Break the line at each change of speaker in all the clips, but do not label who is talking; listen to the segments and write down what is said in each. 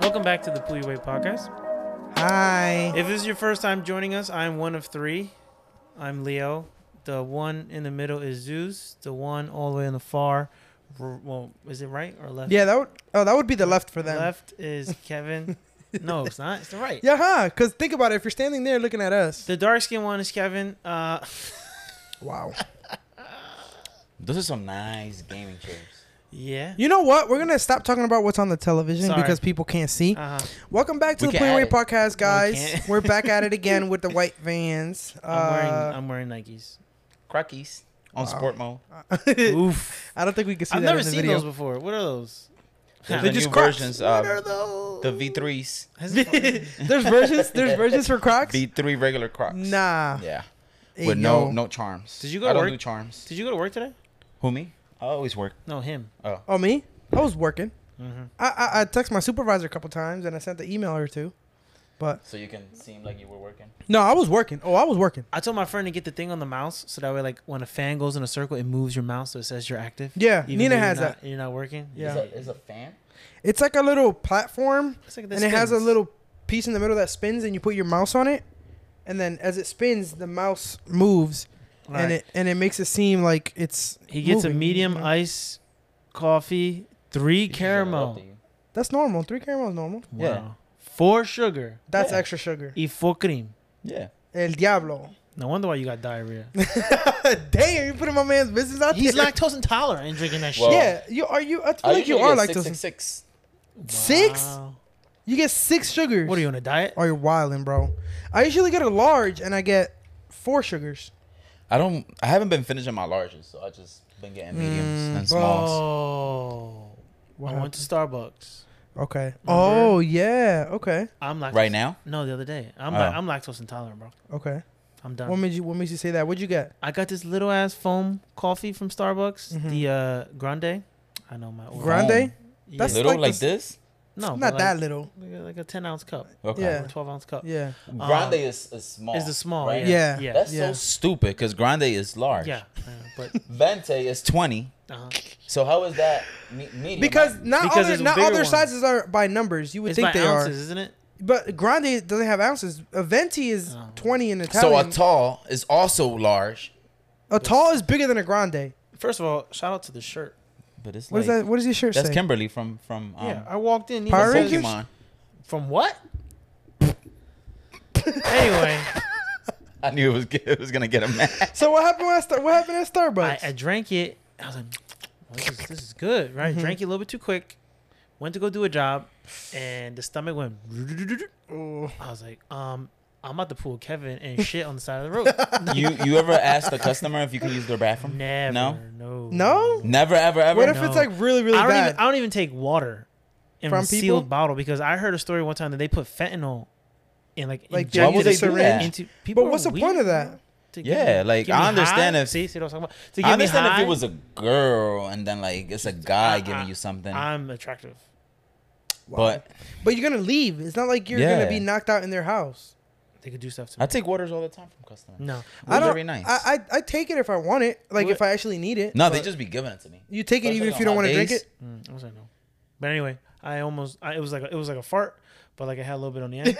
Welcome back to the Pulley Wave Podcast.
Hi.
If this is your first time joining us, I'm one of three. I'm Leo. The one in the middle is Zeus. The one all the way in the far, r- well, is it right or left?
Yeah, that would. Oh, that would be the left for them.
Left is Kevin. no, it's not. It's the right.
Yeah, huh? Because think about it. If you're standing there looking at us.
The dark skinned one is Kevin. Uh,
Wow.
Those are some nice gaming chairs.
yeah.
You know what? We're gonna stop talking about what's on the television
Sorry.
because people can't see.
Uh-huh.
Welcome back to
Uh, We
the
can
Play Away
add it.
Podcast, guys.
can't.
We are back at it again with the white vans.
I'm wearing
Uh,
I'm wearing Nikes.
Crockies on
Wow.
sport mode.
Oof.
Uh, I don't think we can see
I've
that
never
in the
seen
video.
those before. What are those?
They're
They're
the
just
new
Crocs.
versions
What
of
are those?
the V3s.
Has-
there's versions. There's versions for Crocs.
V3 regular Crocs.
nah.
Yeah.
Hey,
With no
yo.
no charms.
Did you go to
I don't
work?
do charms.
Did you go to work today?
Who me? I always work.
No, him.
Oh.
Oh me? I was working.
Mm-hmm.
hmm
I I, I text my supervisor a couple times and I sent the email or two. But
So you can seem like you were working.
no, I was working. Oh, I was working.
I told my friend to get the thing on the mouse so that way, like, when a fan goes in a circle, it moves your mouse so it says you're active.
Yeah,
Even
Nina
though you're
has
not-
that.
You're not working.
Yeah.
Is, a, is a fan?
It's like a little platform,
It's like
and it has a little piece in the middle that spins, and you put your mouse on it, and then as it spins, the mouse moves, and it and it makes it seem like it's.
He gets a
moving, Mm-hmm.
medium
you know?
ice coffee, three caramel.
That's normal. Three caramels normal.
Yeah.
Wow. Four sugar.
That's
Yeah.
extra sugar.
Y four cream.
Yeah.
El diablo.
No wonder why you got diarrhea.
Damn, you putting my man's business out
He's
there.
lactose intolerant and drinking that
Well,
shit.
yeah, you are you. I feel like you are like those.
Six, six.
Six?
Wow.
You get six sugars.
What are you on a diet?
Are you wilding, bro? I usually get a large, and I get four sugars.
I don't. I haven't been finishing my larges, so I just been getting mediums
Mm,
and smalls.
Oh.
What
I went to Starbucks.
Okay. Oh yeah. Okay.
I'm lactose.
Right now,
No, the other day. I'm
Oh.
la- I'm lactose intolerant, bro.
Okay.
I'm done.
What made you? What makes you say that? What'd you get?
I got this little ass foam coffee from Starbucks,
Mhm.
the uh, grande. I know
Oh,
my order. Oh,
Grande.
Foam.
Yeah.
that's
little
like
like,
the-
this.
no,
Not
Oh, but like,
that little.
like a- Like a ten ounce cup
Okay.
Yeah. Um,
or twelve ounce cup.
Yeah.
Grande is, is small.
Is the small?
right?
Yeah.
Yeah.
Yeah.
That's
Yeah.
so stupid because grande is large.
yeah. yeah, But
Vente is 20.
uh,
So how is that me- medium?
Because not
Because
all their,
it's a
not
bigger
all their
one.
sizes are by numbers. You would
it's
think
by
they
ounces,
are,
isn't it?
but grande doesn't have ounces. A venti is
Oh.
twenty in
so a
Italian.
tall is also large,
a tall is bigger than a grande.
First of all, shout out to the shirt.
but it's
What
like
is that? What does your shirt
that's
say?
Kimberly from from um,
yeah, I walked in.
Power
Nina says-
Rangers?
Pokemon.
From what? anyway,
I knew it was it was gonna get a match.
so what happened at Star- what happened at
I,
Starbucks?
I drank it. I was like, "Well, this, is, this is good, right?
Mm-hmm.
Drank it a little bit too quick. Went to go do a job, and the stomach went.
Ooh.
I was like, um, I'm about to pull Kevin and shit on the side of the road.
you you ever asked a customer if you can use their bathroom?
Never.
No.
No.
No?
Never ever ever.
what if
No.
it's like really really
I don't
bad?
even. I don't even take water in
From
a sealed
people?
bottle because I heard a story one time that they put fentanyl in like
Like,
injected
why would they
into-
do that?
into people.
but what's the point of that?
Yeah, like, I understand if-
see, see what I'm talking about. To get
I
me
understand if
high,
it was a girl and then like it's a guy
I- I-
giving you something,
I'm attractive.
but
But you're gonna leave. It's not like you're
Yeah.
gonna be knocked out in their house.
They could do stuff to me.
I take waters all the time from customers.
no.
I don't.
Very nice.
I, I I take it if I want it. Like
What-
if I actually need it.
no, they
but
just be giving it to me.
You take it even
Especially
if you
on
don't want to drink
holidays.
it.
Mm, I was like no. But anyway, I almost. I, it was like a, it was like a fart, but like I had a little bit on the end.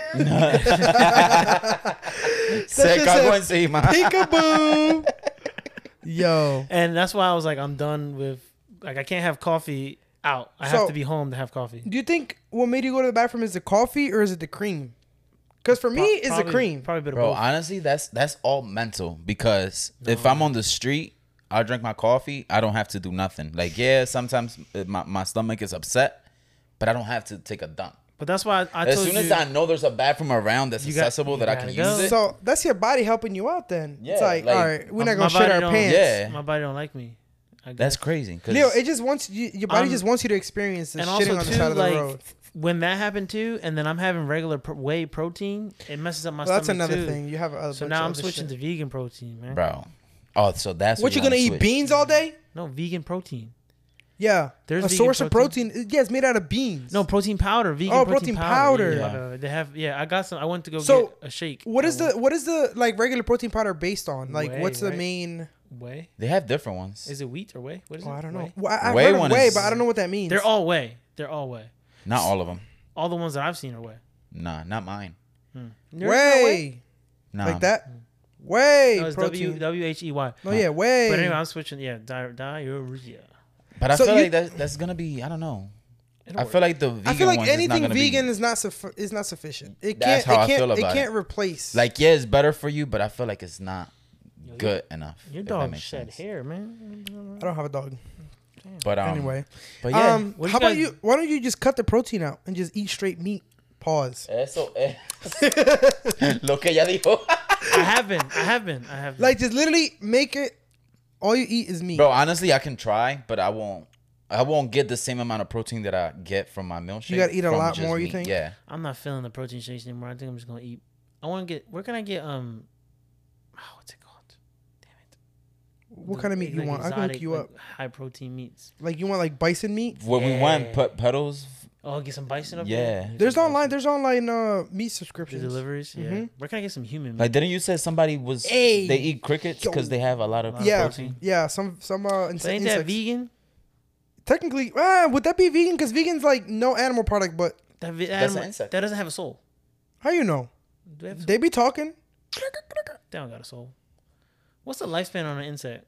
Se
just
cagó
a-
encima.
Peekaboo. Yo.
And that's why I was like, I'm done with like I can't have coffee out. I have
So-
to be home to have coffee.
Do you think what made you go to the bathroom is the coffee or is it the cream? Because for me,
Pro-
it's the
probably-
cream.
Probably a bit of
Bro,
both.
honestly, that's that's all mental because if I'm on the street, I drink my coffee. I don't have to do nothing. Like yeah, sometimes uh, my, my stomach is upset, but I don't have to take a dump.
but that's why I, I
As
told
soon
you.
as I know there's a bathroom around that's
You got-
accessible
you
that I
gotta
can
go.
use it.
So that's your body helping you out. Then it's
Yeah,
like,
like-
all right, we're
My- my
not gonna shit
body
our
don't-
pants.
Yeah.
my body don't like me. I guess.
That's crazy. 'cause-
Leo, it just wants you, your body
Um,
just wants you to experience this
and
shitting
also
on the
too,
side of the
like
road.
when that happened too, and then I'm having regular pro- whey protein, it messes up my
Well, that's
stomach
another
too.
thing. You have other.
So now I'm switching to vegan protein, man.
bro. Oh, so that's
What you
wanna
gonna eat?
switch.
Beans all day?
No vegan protein.
Yeah.
There's
a
vegan
source of
protein?
protein. Yeah, it's made out of beans.
No protein powder. Vegan
Oh,
protein,
protein
powder.
powder.
Yeah,
Yeah.
my bad. They have yeah. I got some. I went to go
So,
get a shake.
What is
I
the what is the like regular protein powder based on? Like,
Oh. Whey,
what's
right?
the main?
went- whey?
They have different ones.
Is it wheat or whey? What is
Oh,
it?
I don't know.
Whey?
Well, I, I've
Whey
heard of
one
whey,
is-
but I don't know what that means.
They're all whey. They're all whey.
Not all of them.
All the ones that I've seen are way.
Nah, not mine.
Yours is not
Way.
Nah.
Like that? Way.
No, it's
protein.
W W H E Y.
no, yeah, way.
But anyway, I'm switching. Yeah, di- diarrhea.
But I
So
feel
you-
like that, that's gonna be. I don't know.
It'll
I
work.
feel like the vegan
I feel like
ones is not
anything
gonna be-
vegan is not suffi- is not sufficient. It
That's
can't.
how
it
I
can't,
feel about
it can't replace.
Like yeah, it's better for you, but I feel like it's not
your-
good enough.
Your
if that
dog
makes
shed
sense.
hair, man.
I don't have a dog.
But um,
anyway,
but yeah.
um,
what do
how
you
about
guys-
you? Why don't you just cut the protein out and just eat straight meat? Pause.
Eh, so, eh. Lo que ella dijo.
I have been. I have been. I have. Been.
Like just literally make it. All you eat is meat.
Bro, honestly, I can try, but I won't. I won't get the same amount of protein that I get from my milkshake.
gotta eat a
from
lot
just
more, you think?
Yeah.
I'm not feeling the protein shakes anymore. I think I'm just gonna eat. I want to get. Where can I get um? Oh, what's it called? Damn it.
what
The-
kind of meat you
like
want? I can hook
exotic,
you
like,
up.
High protein meats.
Like you want like bison meat?
What we
Yeah.
want put puddles.
Oh, get some bison up
Yeah.
there. Get
There's
some
online.
bison.
There's online uh
The
meat subscriptions.
deliveries. Yeah.
Mhm.
Where can I get some human meat?
Like didn't you say somebody was
Hey,
they eat crickets because
yo.
they have a lot of
Wow.
Yeah,
protein.
yeah. Some some uh inse-
But ain't that
insects.
vegan?
Technically, ah, would that be vegan? Because vegan's like no animal product. But
That, vi-
That's an
animal-
insect.
That doesn't have a soul.
how you know?
Do they have a soul?
They be talking.
They don't got a soul. What's the lifespan on an insect?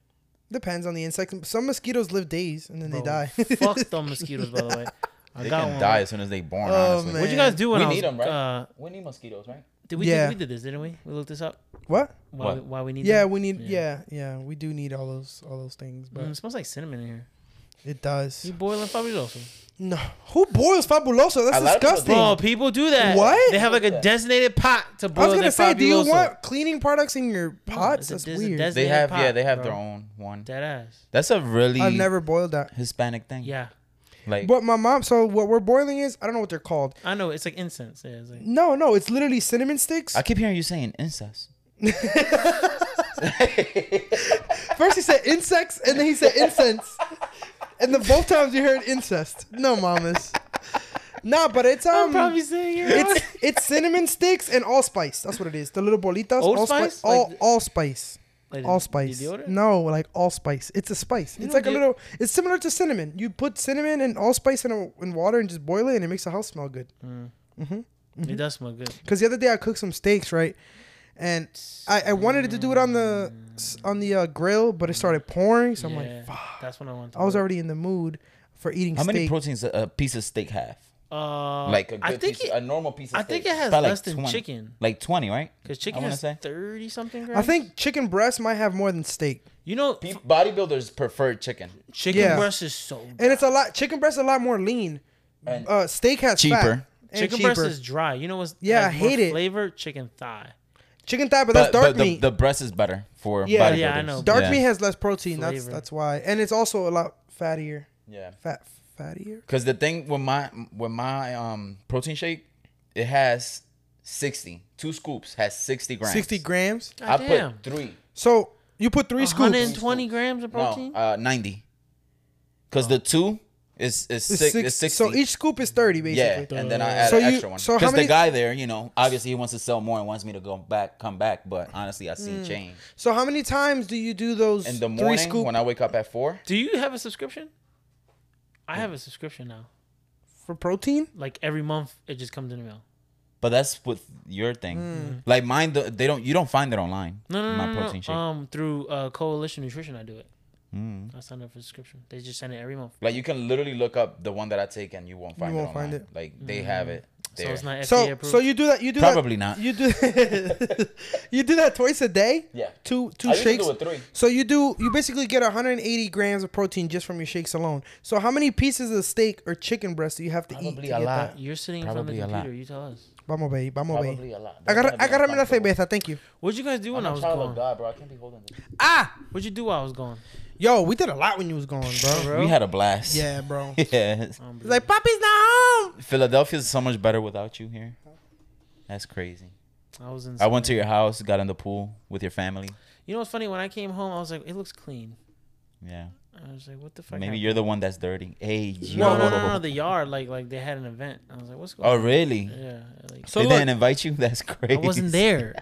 Depends on the insect. Some mosquitoes live days and then they
Bro,
die.
Fuck them mosquitoes, by the way. I
they
got
can
one.
die as soon as they born.
Oh,
honestly,
man.
What'd you guys do when
We
I was,
need 'em, right?
Uh,
we need mosquitoes, right?
did we,
Yeah.
did, we did this, didn't we? We looked this up.
what?
Why,
What?
We, why we need
Yeah,
them?
we need.
Yeah.
Yeah. yeah, we do need all those all those things. But
Mm, it smells like cinnamon in here.
it does.
You boiling fabuloso.
No, who boils fabuloso? That's
A lot of people
disgusting.
Bro, people do that.
What?
They have like a
Yeah.
designated pot to boil
I was gonna
their
say, do you
Fabuloso.
want cleaning products in your
it's
pots?
a-
That's
there's a
weird.
des-
They
in a
have yeah,
pot,
they have
bro.
their own one.
Dead ass.
That's a really
I've never boiled that.
Hispanic thing.
Yeah.
Like
But my mom. So what we're boiling is I don't know what they're called.
I know. It's like incense. Yeah, it's like,
No, no, it's literally cinnamon sticks.
I keep hearing you saying incest.
First he said insects, and then he said incense. And the both times you heard incest. No, mamas. Nah, but it's um.
I'm probably saying it. wrong.
It's it's cinnamon sticks and allspice. That's what it is. The little bolitas.
Old
allspice.
Spice?
All
Like-
allspice.
Like the-
Allspice.
the deodorant?
No, like allspice. It's a spice.
You
it's
know,
like a
deo-
little. It's similar to cinnamon. You put cinnamon and allspice in, a, in water and just boil it, and it makes the house smell good.
Mm.
Mm-hmm.
It does smell good.
Cause the other day I cooked some steaks, right? And I, I wanted to do it on the s- on the uh, grill, but it started pouring, so I'm
Mm. Yeah,
like, fuck.
That's what I want. to
I was
do.
already in the mood for eating
How
steak.
many proteins a, a piece of steak have?
Uh,
like a good
I think
piece,
it,
a normal piece of
I
steak.
think it has
Probably
less
like
than
20.
chicken.
Like 20, right?
Because chicken
wanna
has
say.
30 something grams.
I think chicken breast might have more than steak,
You know,
Pe- bodybuilders prefer chicken.
chicken
Yeah.
breast is so.
and it's a lot. Chicken breast is a lot more lean.
And
Uh, steak has fat.
Cheaper.
And
Chicken breast is dry. You know what's.
Yeah,
has
I
more
hate it.
Flavored chicken thigh.
chicken thigh, but,
but,
that's dark
but the,
meat.
the breast is better for
Yeah.
bodybuilders.
Yeah, I know.
dark
yeah.
meat has less protein. That's
Flavor.
that's why, and it's also a lot fattier.
Yeah.
Fat fattier.
Cuz the thing with my with my um protein shake, it has 60. Two scoops has 60 grams.
Sixty grams.
I
God Ah, damn.
put 3.
So you put three scoops.
120 grams of protein?
No, uh 90. Cuz the two is is
It's
six,
six-
is 60.
So each scoop is thirty,
yeah,
basically.
and then I add
So
an
you-
extra one.
so how
Because
many-
the guy there, you know, obviously he wants to sell more and wants me to go back, come back. But honestly, I see
Mm.
change.
So how many times do you do those
In the
three
morning
scoop
when I wake up at four,
Do you have a subscription? I have a subscription now.
for protein?
Like every month, it just comes in the mail.
But that's with your thing. Like mine, th- they don't. You don't find it online.
Mm. No, no, no.
my
no,
protein
no.
shake. Mm.
Um, through uh, Coalition Nutrition, I do it. I signed up for subscription. They just send it every month.
Like you can literally look up the one that I take, and you won't find
won't
it
find
online.
it.
Like they have it there.
Mm. So it's not FDA
So
approved.
so you do that. You do
Probably
that,
not.
You do you do that twice a day.
Yeah.
Two two
I usually
shakes.
do it three.
So you do you basically get 180 grams of protein just from your shakes alone. So how many pieces of steak or chicken breast do you have to eat?
Probably
to
a
get
lot.
You're sitting in front of the
Probably a lot.
computer. You tell us.
that? Vamos, baby. Vamos,
Probably
baby.
a lot. They're
Agarra-
gonna be
Agárrame la
uncomfortable.
cerveza. Thank you.
What'd you guys do when
I'm
I
a
was
child of
gone?
God, bro. I can't be holding this.
Ah,
What'd you do while I was gone?
yo, we did a lot when you was gone, bro.
Bro? Oh.
We had a blast.
Yeah, bro. It's
Yeah.
like Poppy's not home.
Philadelphia is so much better without you here. That's crazy.
I was in.
I went to your house, got in the pool with your family.
You know what's funny? When I came home, I was like, it looks clean.
Yeah.
I was like, what the fuck?
Maybe
happened?
you're the one that's dirty. Hey,
No,
yo.
no, no, no, The yard, like, like they had an event. I was like, what's going?
Oh,
on?
really?
Yeah. Like,
So
they
look,
didn't invite you? That's crazy.
I wasn't there.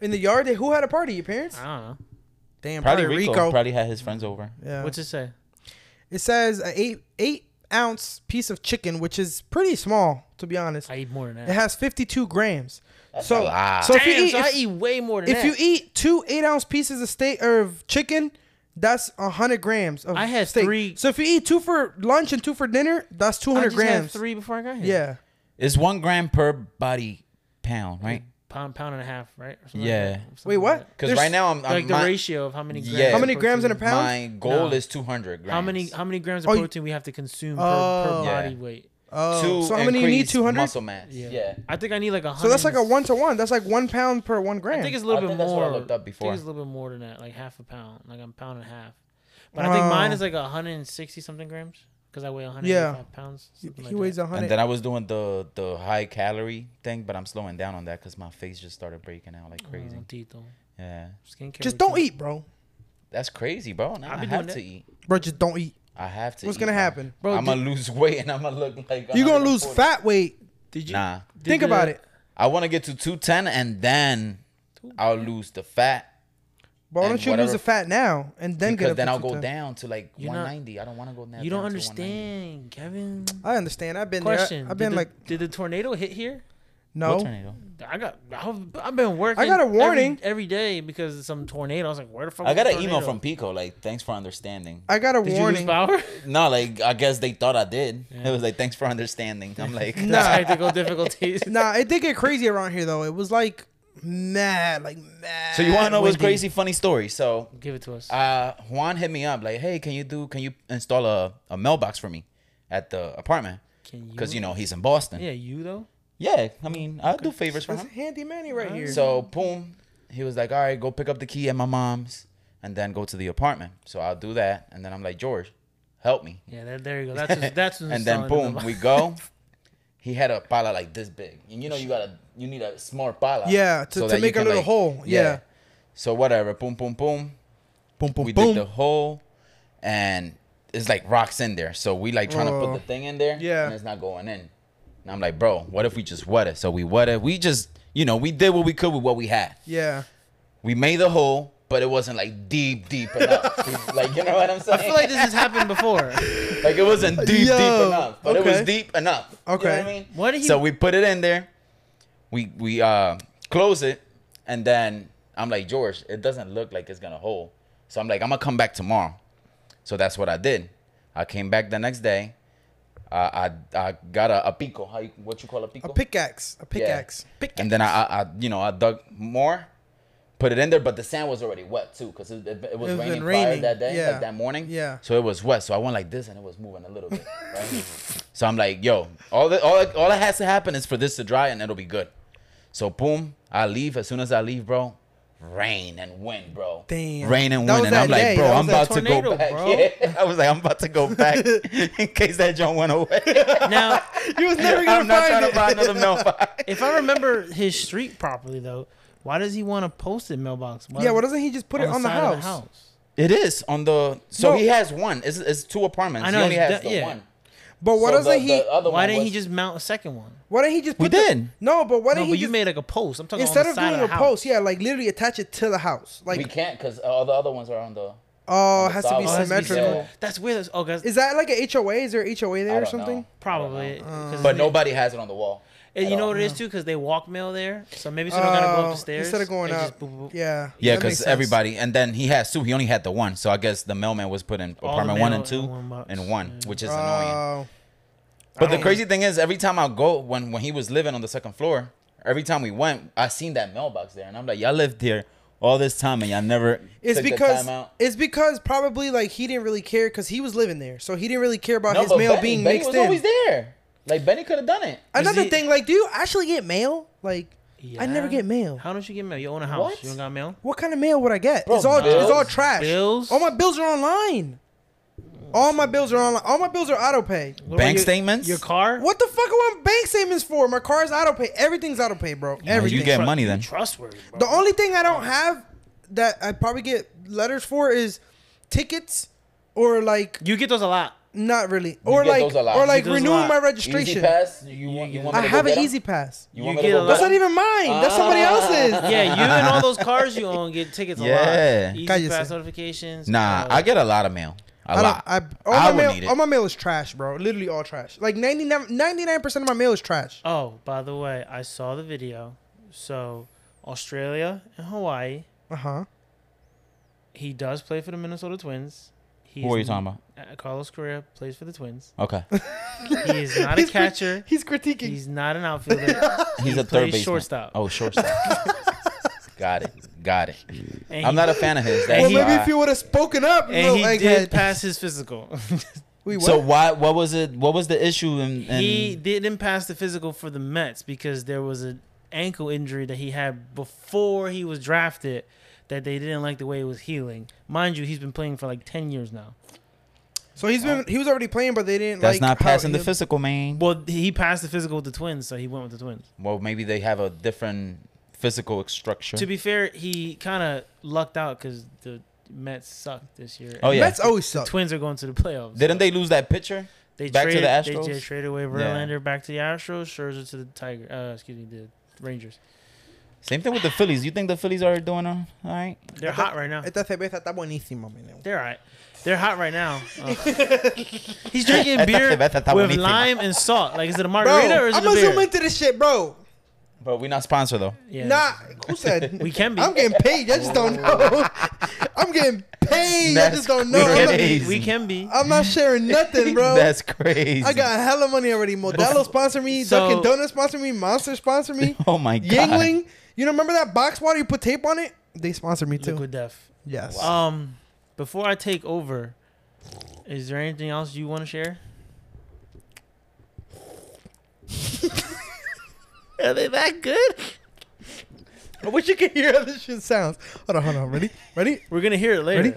in the yard, who had a party? Your parents?
I
Uh,
don't know.
Damn, Uh,
Probably Rico. Probably had his friends over.
Yeah.
What's it say?
It says uh, eight eight ounce piece of chicken, which is pretty small, to be honest.
I eat more than
It
that.
has 52 grams. so,
a lot.
so if you
Damn,
eat,
so I
if,
eat way more than
if
that.
you eat two eight ounce pieces of steak or of chicken, that's 100 grams of
I had
steak.
three-
So if you eat two for lunch and two for dinner, that's
I
200
just had
grams.
three before I got here.
Yeah.
It's one gram per body pound, right?
pound pound and a half, right? Or something
Yeah.
like that. Something
Wait,
like
what?
that.
Because
There's-
right now I'm, I'm
Like the
my,
ratio of how many grams.
Yeah.
How
of
many grams in a
protein-
pound?
my goal
No.
is 200 grams.
How many how many grams of
Oh, you-
protein we have to consume
Oh.
per, per
Yeah.
body weight?
Oh.
To
so how many you need?
increase
200?
muscle mass.
Yeah.
Yeah.
I think I need like a hundred.
So that's like a
and-
one to one. That's like one pound per one
I
gram.
think it's a little
I
bit
think that's what I
more.
looked up
I
before.
think it's a little bit more than that, like half a pound, like a pound and a half. But I think mine
Wow.
is like 160 something grams because I weigh 105
Yeah.
pounds. something
he
like
weighs
that.
a
And
hundred.
then I was doing the the high calorie thing, but I'm slowing down on that because my face just started breaking out like crazy.
Mm, Tito.
Yeah,
Skincare
Just
routine.
don't eat, bro.
that's crazy, bro. Now
I've
I,
been
have
doing
to
that.
eat.
Bro, just don't eat.
I have to.
What's
eat,
gonna
man.
happen?
Bro,
I'm
did-
gonna lose weight and I'm gonna look like
You're gonna lose
140.
fat weight.
Did you?
Nah,
did
Think
the-
about it.
I want to get to 210 and then I'll lose the fat
But why
and
don't you lose
whatever-
the fat now and then get
because
up
then
to
I'll go
210?
down to like
You're not-
190. I don't want to go down.
You don't
down to 190.
understand, Kevin.
I understand. I've been
Question.
there. I, have
did
been
the-
like,
did the tornado hit here?
What
no.
tornado?
I got. I've, I've been working.
got a
every-
warning.
every, day because of some tornado. I was like, where the fuck?
I
was
got
the
an email
tornado?
from Pico like, thanks for understanding.
I got a
Did you lose
warning.
power?
No, like I guess they thought I did. It was like thanks for understanding. I'm like,
Nah.
Technical difficulties.
Nah, it did get crazy around here though. It was like mad, like mad.
So you want to know what's
windy.
crazy? Funny story. So
Give it to us.
uh, Juan hit me up like, hey, can you do? Can you install a, a mailbox for me at the apartment?
Can you?
Because you know he's in Boston.
Yeah,
Yeah.
you though.
I mean, I'll do favors for
That's
him.
handy Manny right here.
So boom, he was like, "All right, go pick up the key at my mom's, and then go to the apartment." So I'll do that, and then I'm like, "George, help me."
Yeah, that, there you go. That's who's- that's who's
and then
installing the mailbox.
boom, we go. He had a pala like this big, and you know you gotta you need a smart pala.
Yeah, to- to
that you
make a
can,
little hole, yeah.
So whatever, boom, boom, boom.
boom, boom,
we
boom.
dig the hole, and it's like rocks in there. So we like trying to
Oh.
put the thing in there,
Yeah.
and it's not going in. And I'm like, bro, what if we just wet it? So we wet it. We just, you know, we did what we could with what we had
yeah.
we made the hole, but it wasn't like deep, deep enough. like you know what I'm saying?
I feel like
like,
this has happened before.
it wasn't deep,
Yo,
deep enough, but it was
okay.
deep enough. You know
Okay.
what I mean?
What did he-
So we put it in there. We we uh close it, and then I'm like George, it doesn't look like it's gonna hold. So I'm like I'm gonna come back tomorrow. So that's what I did. I came back the next day. Uh, I I got a, a pico. How you, what you call a pico?
A pickaxe. A pickaxe. Pickaxe.
And then I, I, I, you know, I dug more, put it in there, but the sand was already wet too, cause it, it, it was
It's been
raining,
raining,
prior that day,
yeah,
like that morning.
yeah.
So it was wet. So I went like this, and it was moving a little bit. Right? so I'm like, yo, all that, all, that- all that has to happen is for this to dry, and it'll be good. So boom, I leave. As soon as I leave, bro, rain and wind, bro.
Damn.
Rain and
That
wind,
was
and
that
I'm like,
day.
bro,
That
I'm
was
about
that
to
tornado,
go back.
bro.
Yeah. I was like, I'm about to go back in case that John went away.
Now,
You was never gonna
I'm not
find
trying
it.
to buy another mailbox.
if I remember his street properly though, why does he want a posted mailbox? Why
yeah, why doesn't he just put it on the
side of
house?
It is on the. So
No.
he has one. It's, it's two apartments.
I know,
He only has
that-
the
yeah.
one.
But why
So
doesn't
the-
he?
the other
Why
one
didn't he
was-
just mount a second one?
why didn't he just?
We
put the-
did.
no, but why
No,
didn't
but
he
you
just-
made like a post. I'm talking
instead
on
of
the side
doing
of
a
the
post?
house.
Yeah, like literally attach it to the house.
We
Like,
can't because all the other ones are on the.
oh,
on
it
the
has to
side
be
wall.
Oh, that's bizarre.
symmetrical.
That's weird. That's- Oh, guys,
Is that like an HOA? Is there a HOA
I
there or
don't
something?
know.
probably. 'cause
But
they-
nobody has it on the wall.
And
at
you know
all.
what it is too, because they walk mail there, so maybe so they don't gotta go
Oh,
up the stairs
instead of going
They just
up.
boop, boop, boop.
Yeah. that
Yeah,
makes
because
sense.
everybody, and then he has two. He only had the one, so I guess the mailman was put in
All the
apartment one
mail
and two,
in one box.
and one,
Yeah.
which is annoying.
Oh.
But the
don't-
crazy thing is, every time I go, when when he was living on the second floor, every time we went, I seen that mailbox there, and I'm like, y'all lived here all this time, and y'all never.
It's
took the
because
time out.
it's because probably like he didn't really care because he was living there, so he didn't really care about
no,
his
but
mail
Benny,
being
Benny
mixed
was
in.
always there. Like Benny could have done it.
Another
Is it-
thing, like, do you actually get mail? Like, I never
Yeah.
get mail.
How don't you get mail? You own a house.
What?
You don't got mail.
What kind of mail would I get?
Bro,
it's all it's
bills?
all trash.
Bills?
All my bills are online. All my bills are online. All my bills are auto pay.
What about
Bank
your-
statements?
Your car.
What the fuck I want bank statements for? My car's auto pay. Everything's auto pay, bro. Everything.
get money then.
Trustworthy. Bro.
The only thing I don't have that I probably get letters for is tickets or like
you get those a lot.
not really or
get
like
those a lot.
or
You
like
get those a
renewing
lot.
my
Easy
registration.
pass. You want, you want me
I
to go
have
get
an
'em?
easy pass.
You
You
want me
get
to
a
go
lot-
That's
get
not
'em?
even mine. That's somebody
Ah.
else's.
Yeah, you and all those cars you own get tickets a lot.
Yeah.
Easy
Cállese.
pass notifications.
Nah,
uh,
I get a lot of mail. A
I don't.
lot.
I, all
I
my
would
mail,
need it.
all my mail is trash, bro. Literally all trash. Like 99 percent of my mail is trash.
Oh, by the way, I saw the video. So Australia and Hawaii.
Uh huh.
He does play for the Minnesota Twins. He
Who
is
are you talking about?
n- uh, Carlos Correa plays for the Twins.
Okay,
He is not a
He's crit-
catcher.
He's critiquing.
He's not an outfielder.
he's a third
plays
baseman.
shortstop.
Oh, shortstop. Got it. Got it.
And
I'm
he-
not a fan of his. That's
well,
he-
maybe
why.
if you would have spoken up, you
And
little
he
egghead.
did pass his physical.
Wait, what?
so why? What was it? What was the issue? In, in
he didn't pass the physical for the Mets because there was an ankle injury that he had before he was drafted that they didn't like the way it was healing. Mind you, he's been playing for like 10 years now.
so he's been he was already playing, but they didn't
that's
like
not
how
passing the
he-
physical, man.
Well, he passed the physical with the Twins, so he went with the Twins.
Well, maybe they have a different physical structure.
To be fair, he kind of lucked out because the Mets sucked this year.
Oh, yeah.
Mets always
The
suck.
Twins are going to the playoffs.
Didn't they lose that pitcher?
They
back to
traded,
the
They
Astros?
just traded away Verlander back to the Astros, Scherzer to the Tiger. Uh, excuse me, the Rangers.
Same thing with the Phillies. You think the Phillies are doing all all right?
They're hot right now.
Esta cerveza está buenísima, mi nigga.
They're all right. They're hot right now. Uh, he's drinking
Esta
beer
cerveza está
with
buenísima.
lime and salt. Like, is it a
Bro,
margarita or is
I'm
it a
gonna zoom
beer?
into this shit, bro.
But we're not sponsored though.
Yeah.
Nah, who said?
We can be.
I'm getting paid. I just don't know. I'm getting paid. I
That's
just don't know. I'm not,
crazy.
we can be.
I'm not sharing nothing, bro.
That's crazy.
I got hella money already. Modelo sponsor me.
So-
Dunkin' Donuts sponsor me. Monster sponsor me.
Oh my god.
Yingling. You know, remember that box water you put tape on it? They sponsored me too.
Liquid Death.
Yes.
Um, before I take over, is there anything else you want to share? Are they that good?
I wish you could hear how this shit sounds. Hold on, hold on. Ready? Ready?
We're gonna hear it later.
Ready?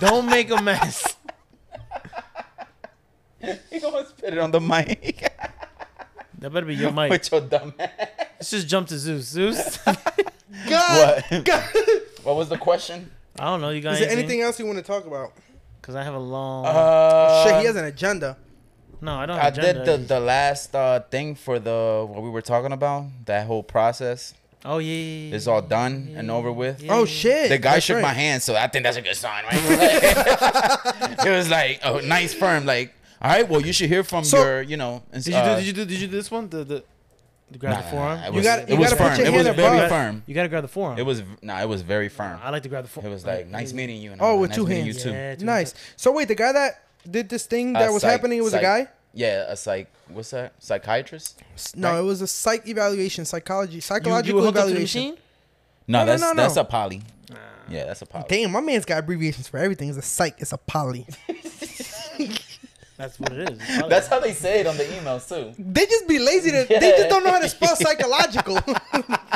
Don't make a mess.
You gonna spit it on the mic
That better be your mic.
with your dumb ass.
Let's just jump to Zeus. Zeus.
God.
What?
God.
what was the question?
I don't know. You guys.
Is there anything else you want to talk about?
Because I have a long.
Uh,
shit, he has an agenda.
no, I don't.
I
Have
did the, the last uh, thing for the what we were talking about. That whole process
Oh yeah. yeah, yeah.
is all done and over with.
Yeah.
Oh shit.
The guy
That's
shook
right.
my hand, so I think that's a good sign, right? it was like a nice firm. Like, all right, well, you should hear from
So-
your, you know. ins-
Did you do?
uh,
Did you do? Did you do this one? The the. the grab
Nah,
the
nah,
forearm.
nah, it
You
was,
gotta-
it
you
was
gotta put
firm.
your
It was
hand
very
above.
firm.
You gotta grab the forearm.
uh, It was nah. It was very firm.
I like to grab the
It
forearm.
was like nice meeting you. And
Oh,
all that.
with
nice
two
meeting
hands.
You too.
Yeah, two
Nice.
hands.
So wait, the guy that did this thing that
A
was
Uh, psych-
happening was
psych-
a guy?
Yeah, a psych. What's that? Psychiatrist?
No, it was a psych evaluation, psychology,
You, you
psychological
were hooked up to the
evaluation.
machine.
No,
No, no,
that's
no,
that's
no.
a poly. Yeah, that's a poly.
Damn, my man's got abbreviations for everything. It's a psych. It's a poly.
That's what it is. It's
That's how they say it on the emails too.
they just be lazy. To, They
Yeah.
just don't know how to spell psychological.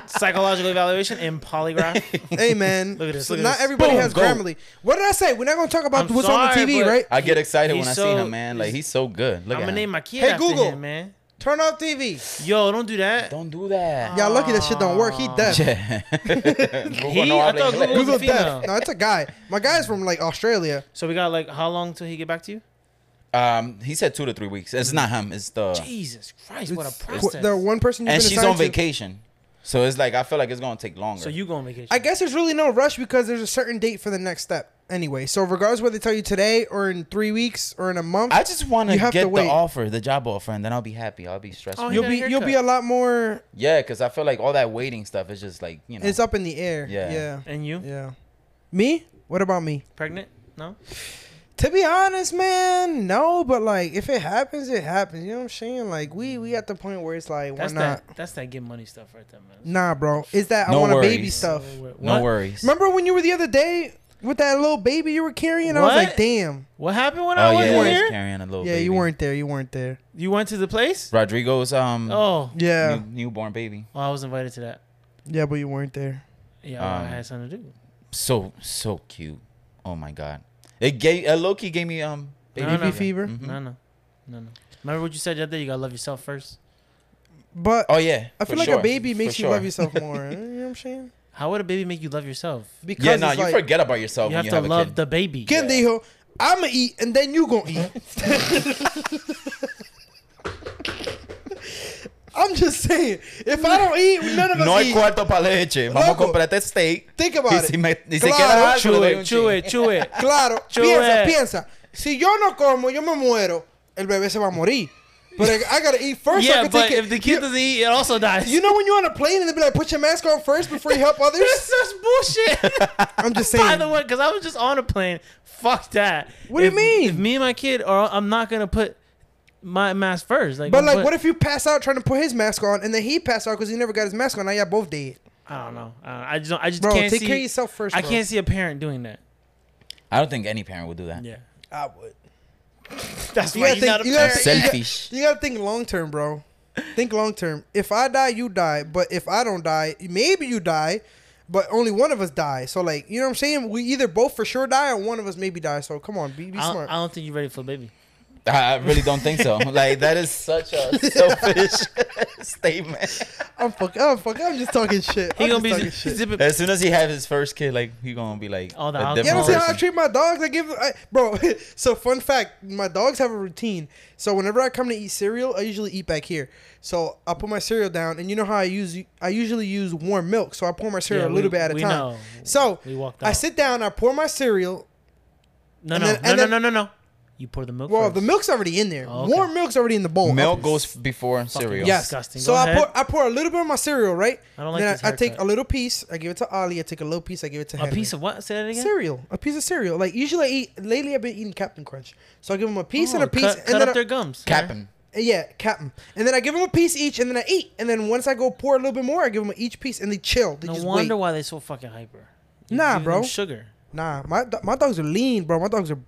psychological evaluation and polygraph.
hey man,
Look at this,
so
look at
not
this.
everybody
Boom,
has
go.
Grammarly. What did I say? We're not gonna talk about
I'm
what's on
sorry,
the TV,
but-
right?
I get excited when
he's
I see
so-
him, man. Like he's so good. Look
I'm
at
gonna
him.
name my kid
Hey,
after
Google.
him, man.
Turn off TV.
Yo, don't do that.
Don't do that.
Y'all lucky that shit don't work. He deaf.
Yeah. Google
He-
know
I
how to
thought
English.
Google-
Google
Who's the female?
deaf. No, it's a guy. My guy's from like Australia.
So we got like how long till he get back to you?
Um, he said two to three weeks. It's not him. It's the
Jesus Christ, what
It's
a
qu-
process.
The one person you've
and
been
she's
assigned
on
to.
vacation, so it's like I feel like it's gonna take longer.
so you go on vacation.
I guess there's really no rush because there's a certain date for the next step anyway. So regardless whether they tell you today or in three weeks or in a month,
I just want to
You have
get
to
the
wait.
offer, the job offer, and then I'll be happy. I'll be stressed.
Oh,
free.
yeah.
you'll be you'll be a
haircut.
lot more.
yeah, because I feel like all that waiting stuff is just like you know.
It's up in the air.
Yeah.
Yeah.
and you
Yeah. Me? What about me?
pregnant? No.
To be honest, man, no. But like, if it happens, it happens. You know what I'm saying? Like, we we at the point where it's like, why
That's
not?
that. That's that get money stuff right there, man.
Nah, bro. It's that
No
I want a baby
worries.
stuff.
What?
no worries.
Remember when you were the other day with that little baby you were carrying? I was
What?
like, damn.
What happened when I
Oh
wasn't
yeah,
weren't.
here?
he's carrying a little.
yeah,
baby.
you weren't there. You weren't there.
You went to the place?
Rodrigo's um
Oh,
Yeah.
new- newborn baby.
well, I was invited to that.
Yeah, but you weren't there.
Yeah, I
Um,
had something to do.
So so cute. Oh my god. It gave uh, Loki gave me um baby
No, no.
Fever?
Mhm.
No, no, no, no. Remember what you said the other day? You gotta love yourself first.
But
Oh yeah.
I feel
for
like
sure,
a baby
for
makes you
sure.
love yourself more. you know what I'm saying?
How would a baby make you love yourself?
Because
Yeah, no,
it's
you
like,
forget about yourself
You
Oh,
have
when you
to
have a
love
kid.
the baby.
Get
Yeah.
the hell. I'ma eat and then you gonna eat. I'm just saying. If I don't eat, none of us
No hay
eat.
cuarto para leche. Vamos a
Loco.
comprar este steak.
Think
Y
about
si,
it.
me, y si
Claro.
queda algo, le
Chew
doy un
it, chew
chin.
it, chew it.
Claro,
Chew
piensa,
it.
piensa. Si yo no como, yo me muero. El bebé se va a morir. But I, I gotta eat first. so I
yeah,
can
but
take
if
it.
the kid
you,
doesn't eat, it also dies.
you know when you're on a plane and they be like, put your mask on first before you help others.
That's such bullshit.
I'm just saying.
By the way, because I was just on a plane. Fuck that.
What do you
If-
mean?
If me and my kid are, I'm not gonna put my mask first. Like,
but
I'm
like,
put-
what if you pass out trying to put his mask on and then he passed out because he never got his mask on? Now y'all both dead.
I don't know. I, don't, I just, don't, I just
Bro,
can't
take
see.
care of yourself first.
I
bro.
can't see a parent doing that.
I don't think any parent would do that.
Yeah,
I would.
that's
You
why you're
gotta think-
not a
you
parent.
gotta think-
Selfish.
You gotta think long term, bro. Think long term. If I die, you die. But if I don't die, maybe you die. But only one of us die. So like, you know what I'm saying? We either both for sure die or one of us maybe die. So come on, be, be
I don't,
smart.
I don't think you're ready for a baby.
I I really don't think so. Like that is such a selfish statement.
I'm fuck. I'm fuck. I'm just talking shit.
He
I'm
gonna
just
be
talking
zi-
shit.
zipping.
As soon as he have his first kid, like he gonna be like
All the
a
alcohol.
You don't see how
different
I
person.
treat my dogs? I give, I, bro. So fun fact, my dogs have a routine. So whenever I come to eat cereal, I usually eat back here. So I put my cereal down, and you know how I use, I usually use warm milk. So I pour my cereal
Yeah,
a
we-
little bit at a
we
time.
know.
So
We walked
I
out.
sit down, I pour my cereal.
No,
And
no,
then-
no,
and
no,
then-
no, no, no. You pour the milk.
Well,
first.
the milk's already in there.
Oh, okay.
Warm milk's already in the bowl.
Milk goes f- before cereal.
Yes.
Disgusting.
So
Go
I
ahead.
pour, I pour a little bit of my cereal, right?
I don't like
then
this
I, I take
haircut.
a little piece. I give it to Ali. I take a little piece. I give it to
A
Henry.
piece of what? Say that again.
cereal, a piece of cereal. Like usually, I eat. Lately, I've been eating Captain Crunch, so I give them a piece and
Oh,
a piece,
cut,
and
cut
then
up
I-
their gums.
Captain.
yeah, Captain, and then I give them a piece each, and then I eat, and then once I go pour a little bit more, I give them each piece, and they chill. They
No
just
wonder
wait.
why they're so fucking hyper. You
Nah,
give them
bro.
Sugar.
Nah, my do- my dogs are lean, bro. My dogs are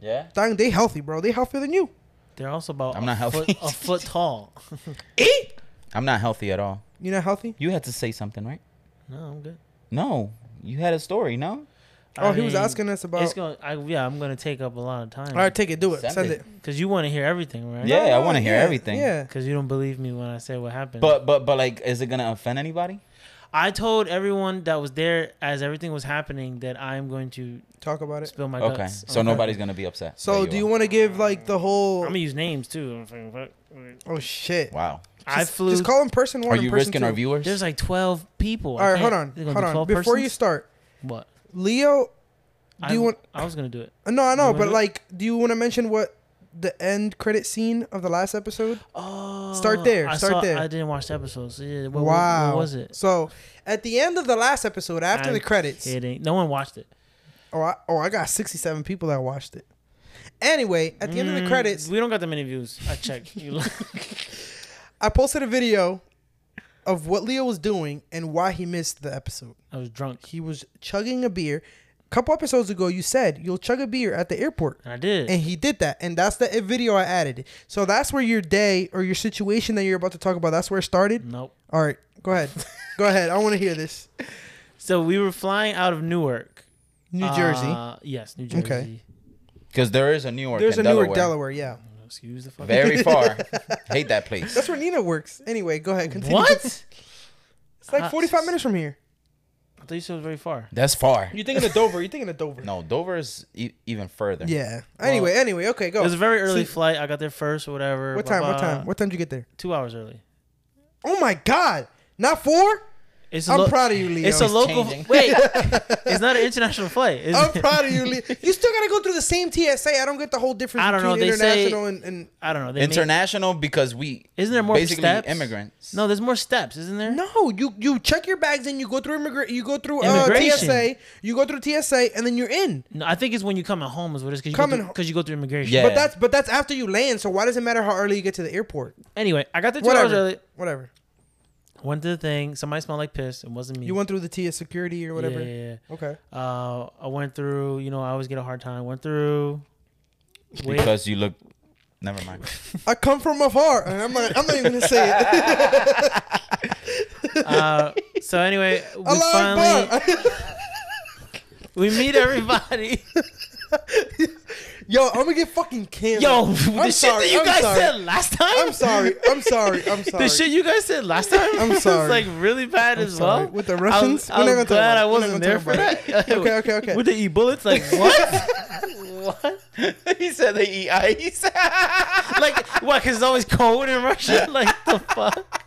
Yeah.
dang, they healthy, bro. They healthier than you.
They're also about
I'm
a,
not
foot,
healthy.
a foot tall.
Eat.
I'm not healthy at all.
You not healthy?
You had to say something, right?
no, I'm good.
No, you had a story. No.
Oh, he was asking us about-
It's gonna, I, yeah, I'm gonna take up a lot of time.
All right, take it, do it, send,
Send
it.
it.
Because you want to hear everything, right?
Yeah, I
No,
want to hear
yeah,
everything.
Yeah,
Because you don't believe me when I say what happened.
But but but like, is it gonna offend anybody?
I told everyone that was there as everything was happening that I'm going to
talk about it.
spill my
Okay,
guts.
so
on-
nobody's gonna be upset.
So,
that
do you
are.
want to give like the whole?
I'm gonna use names too. I'm fucking fuck.
oh shit!
Wow.
I
Just-
flew.
Just call in person one.
Are
and
you
person
risking
two.
our viewers?
there's like 12 people.
All right, hold on, hold on. Before you start,
what?
Leo,
I,
do you want?
I was gonna do it.
No, I know,
wanna
but
do it?
like, do you want to mention what the end credit scene of the last episode?
Oh,
Start there,
I
start
saw-
there.
I didn't watch the episodes. Yeah, what- what,
wow,
What was it?
So, at the end of the last episode, after
I'm
the credits,
Kidding. No one watched it.
oh, I, oh, I got sixty-seven people that watched it. Anyway, at the end of the
Mm,
credits,
We don't got that many views. I checked. You look-
I posted a video of what Leo was doing and why he missed the episode.
I was drunk.
He was chugging a beer. A couple episodes ago, you said you'll chug a beer at the airport.
And I did.
and he did that and that's the video i added so that's where your day or your situation that you're about to talk about that's where it started
nope.
all right go ahead go ahead i want to hear this
So we were flying out of Newark.
new
Uh,
jersey
Yes, New Jersey.
Okay.
Because there is a New York.
there's a
and Delaware.
newark delaware yeah
Excuse the fuck.
Very far. Hate that place.
that's where nina works anyway go ahead continue
What? Uh,
it's like 45 minutes from here
I thought you said it was very far.
That's far.
you're thinking of dover you're thinking of dover
No, Dover is e- even further.
yeah anyway anyway okay go
It was a very early
So-
flight. I got there first or whatever.
what
blah,
time what
blah.
time what time did you get there
Two hours early.
oh my god not four
It's a
i'm
lo-
proud of you leo
It's a local.
changing.
Wait, it's not an international flight. It's,
i'm proud of you leo you still gotta go through the same tsa i don't get the whole difference
I don't know,
between
they say-
international and, and
I don't know. They make-
International because we
Isn't there more
basically
steps?
immigrants.
No, there's more steps, isn't there?
No, you you check your bags and you go through immigra- you go through uh,
Immigration.
TSA, you go through TSA and then you're in.
No, I think it's when you come at home is what it is
Coming
because
ho-
you, go through immigration.
Yeah.
But that's but that's after you land. So why does it matter how early you get to the airport?
Anyway, I got there two hours
Whatever,
early.
whatever.
Went to the thing. Somebody smelled like piss. It wasn't me.
You went through the TSA security or whatever.
Yeah, yeah, yeah.
Okay.
Uh, I went through. You know, I always get a hard time. Went through. Wait,
Because you look. Never mind.
I come from afar, and I'm not I'm not even gonna say it.
uh, so anyway, we
Allah
finally
Akbar.
we meet everybody.
Yo, I'm gonna get fucking canceled.
Yo,
I'm
the shit
sorry,
that you
I'm
guys
sorry.
said last time.
I'm sorry. I'm sorry. I'm sorry.
The shit you guys said last time.
I'm
was
sorry.
like really bad
I'm
as
sorry.
well.
With the Russians,
I'm,
we're
I'm
not gonna talk
glad
about it.
I
We're not
wasn't
gonna
there
talk
for
about
that.
Okay, okay, okay.
With the e bullets, like what? what?
he said they eat ice.
Like what? Because it's always cold in Russia. Like the fuck.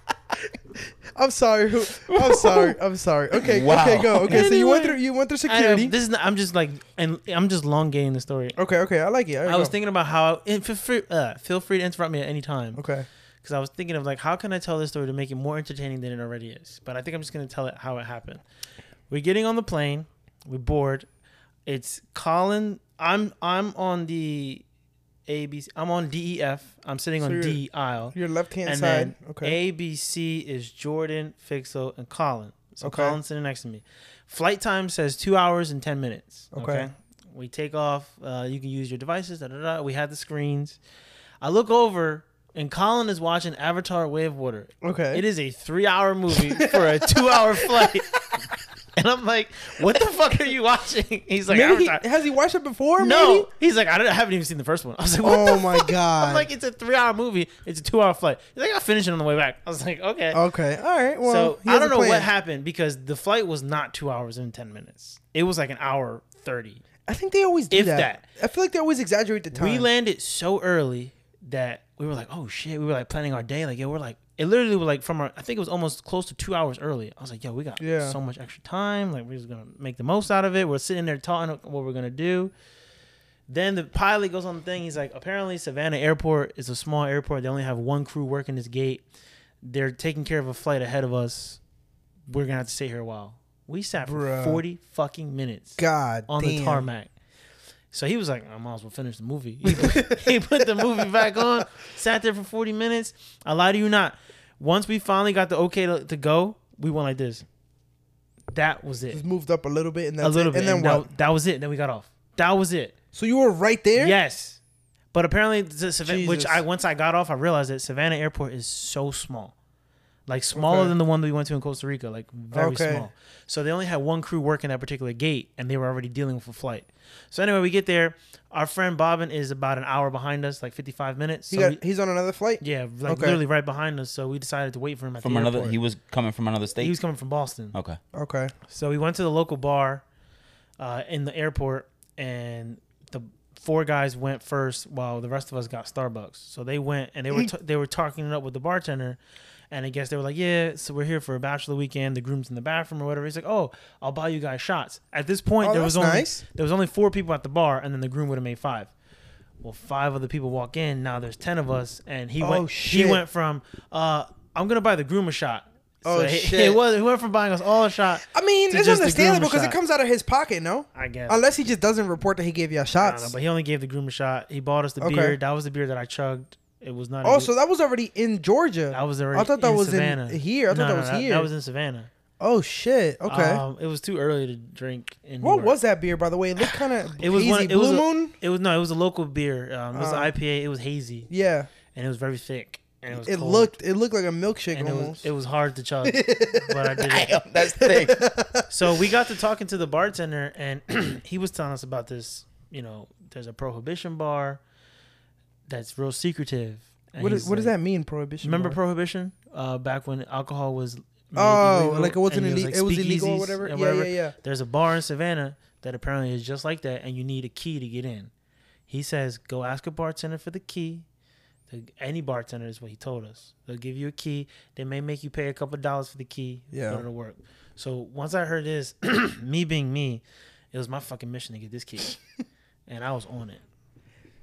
I'm sorry. I'm sorry. I'm sorry. Okay.
Wow.
Okay. Go. Okay. So you went
Anyway.
through. You went through
I know,
security.
this is not, I'm just like, and I'm just elongating the story.
okay. Okay. I like it.
I was thinking about how, and feel free, uh, feel free to interrupt me at any time.
Okay.
because I was thinking of like how can I tell this story to make it more entertaining than it already is. But I think I'm just gonna tell it how it happened. We're getting on the plane. We're bored. It's Colin. I'm I'm on the ABC. I'm on DEF. I'm sitting
So
on
you're-
D aisle.
Your left hand
And
side.
then
Okay.
ABC is Jordan, Fixo, and Colin. So
Okay.
Colin's sitting next to me. Flight time says two hours and ten minutes. Okay.
Okay.
We take off. Uh, you can use your devices. Da, da, da. We have the screens. I look over, and Colin is watching Avatar: Way of Water.
okay.
It is a three-hour movie for a two-hour flight. And I'm like, "What the fuck are you watching?" He's like,
maybe
"Avatar."
he, has he watched it before?
no,
Maybe?
he's like, I, don't, I haven't even seen the first one. I was like, what
Oh
the
my
fuck?
God.
I'm like, it's a three-hour movie. It's a two-hour flight. He's like, I'll finish it on the way back. I was like, okay.
Okay. All right. Oh, Well,
so
he has
I don't
a
know what
plan.
happened because the flight was not two hours and ten minutes. It was like an hour thirty.
I think they always do
If
that. I feel like they always exaggerate the time.
We landed so early that we were like, oh shit. We were like planning our day. Like, yeah, we're like, it literally was like from our. I think it was almost close to two hours early. I was like, yo, we got
Yeah.
so much extra time. Like, we're just gonna make the most out of it. We're sitting there talking what we're gonna do. Then the pilot goes on the thing. He's like, apparently Savannah Airport is a small airport. They only have one crew working this gate. They're taking care of a flight ahead of us. We're gonna have to stay here a while. We sat for
Bruh.
forty fucking minutes
God
on
damn.
the tarmac. So he was like, I might as well finish the movie. He put, he put the movie back on, sat there for 40 minutes. I lie to you not. Once we finally got the okay to, to go, we went like this. That was it.
Just moved up a little bit, and that's
A little
it.
bit.
And then
and
what?
That, that was it. Then we got off. That was it.
so you were right there.
Yes. But apparently, the Savannah, which
Jesus.
I once I got off, I realized that Savannah Airport is so small, like smaller
Okay.
than the one that we went to in Costa Rica, like very
Okay.
small. So they only had one crew working that particular gate, and they were already dealing with a flight. So anyway, we get there. Our friend Bobbin is about an hour behind us, like fifty-five minutes.
He
So
got,
we-
he's on another flight.
yeah, like
Okay.
literally right behind us. So we decided to wait for him at
From
the
another,
airport.
he was coming from another state.
he was coming from Boston.
okay.
Okay.
So we went to the local bar uh, in the airport, and the four guys went first, while the rest of us got Starbucks. So they went and they were t- they were talking it up with the bartender, and I guess they were like, "Yeah, so we're here for a bachelor weekend. The groom's in the bathroom or whatever." He's like, "Oh, I'll buy you guys shots." At this point,
Oh,
there was
that's
only
nice.
there was only four people at the bar, and then the groom would have made five. Well, five other people walk in. Now there's ten of us, and he
Oh,
went.
shit.
He went from, uh, "I'm gonna buy the groom a shot."
Oh,
he-
shit.
It was. He went from buying us all a shot.
I mean,
to
it's
just the
understandable
groomer
because it
shot.
comes out of his pocket, no?
I guess.
Unless he just doesn't report that he gave y'all
I don't know,
shots.
but he only gave the groom a shot. He bought us the
Okay.
beer. That was the beer that I chugged. It was not. a
Oh,
good-
so that was already in Georgia.
I was already.
I thought that
in
was in
Savannah.
here. I thought that was
that,
here.
That was in Savannah.
oh shit. Okay.
Um, it was too early to drink. In
what
Newark.
was that beer, by the way? It looked kind of
It was
hazy.
one. It
Blue
was a-
Moon.
It was no. It was a local beer. Um, it was
Uh,
an IPA. It was hazy
Yeah.
and it was very thick. And it was.
It
cold,
looked. It looked like a milkshake
And it
almost.
was. It was hard to chug, but I did it.
Damn, that's thick.
So we got to talking to the bartender, and he was telling us about this. You know, there's a prohibition bar that's real secretive. And
what,
he's
is, what does
like-
that mean? Prohibition.
Remember
bar?
prohibition? Uh, back when alcohol was made
Oh,
illegal
like it wasn't
and
illegal. it was illegal or
speakeasies
whatever.
and
Yeah, yeah, yeah.
There's a bar in Savannah that apparently is just like that, and you need a key to get in. He says, go ask a bartender for the key. The, any bartender is what he told us. They'll give you a key. They may make you pay a couple dollars for the key.
Yeah.
But it'll work. So once I heard this, me being me, it was my fucking mission to get this key, and I was on it.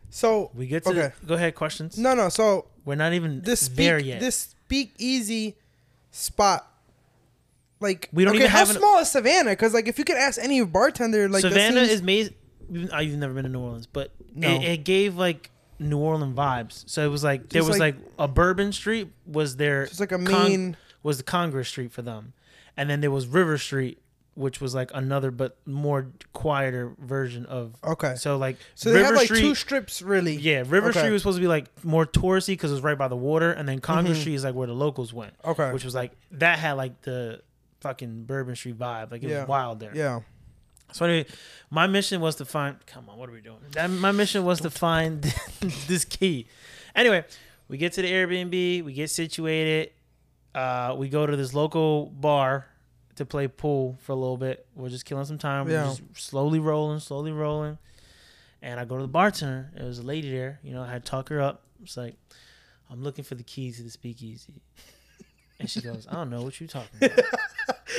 So
We get to
Okay.
go ahead questions.
no, no. So
We're not even
this speak,
there yet.
this speakeasy spot. Like
We don't
okay,
even
how
have an-
small is Savannah? Because like if you could ask any bartender, like that
Savannah
seems-
is made. I've never been to New Orleans, but
No.
it, it gave like New Orleans vibes. So it was like there
Just
was
like-
like, a Bourbon Street was their
Just like a
con-
main-
was the Congress Street for them, and then there was River Street, which was like another but more quieter version of.
okay. So,
So like
they
River
have like
Street,
two strips really.
yeah, River
Okay.
Street was supposed to be like more touristy because it was right by the water, and then Congress Street is like where the locals went,
Mm-hmm. Okay.
which was like that had like the fucking Bourbon Street vibe, like it
Yeah.
was wild there.
yeah.
So anyway, my mission was to find. Come on, what are we doing? That, my mission was to find this key. Anyway, we get to the Airbnb, we get situated, uh, we go to this local bar to play pool for a little bit. We're just killing some time. We're
Yeah.
just slowly rolling, slowly rolling. And I go to the bartender. There was a lady there. You know, I had to talk her up. It's like, I'm looking for the keys to the speakeasy. And she goes, I don't know what you talking about.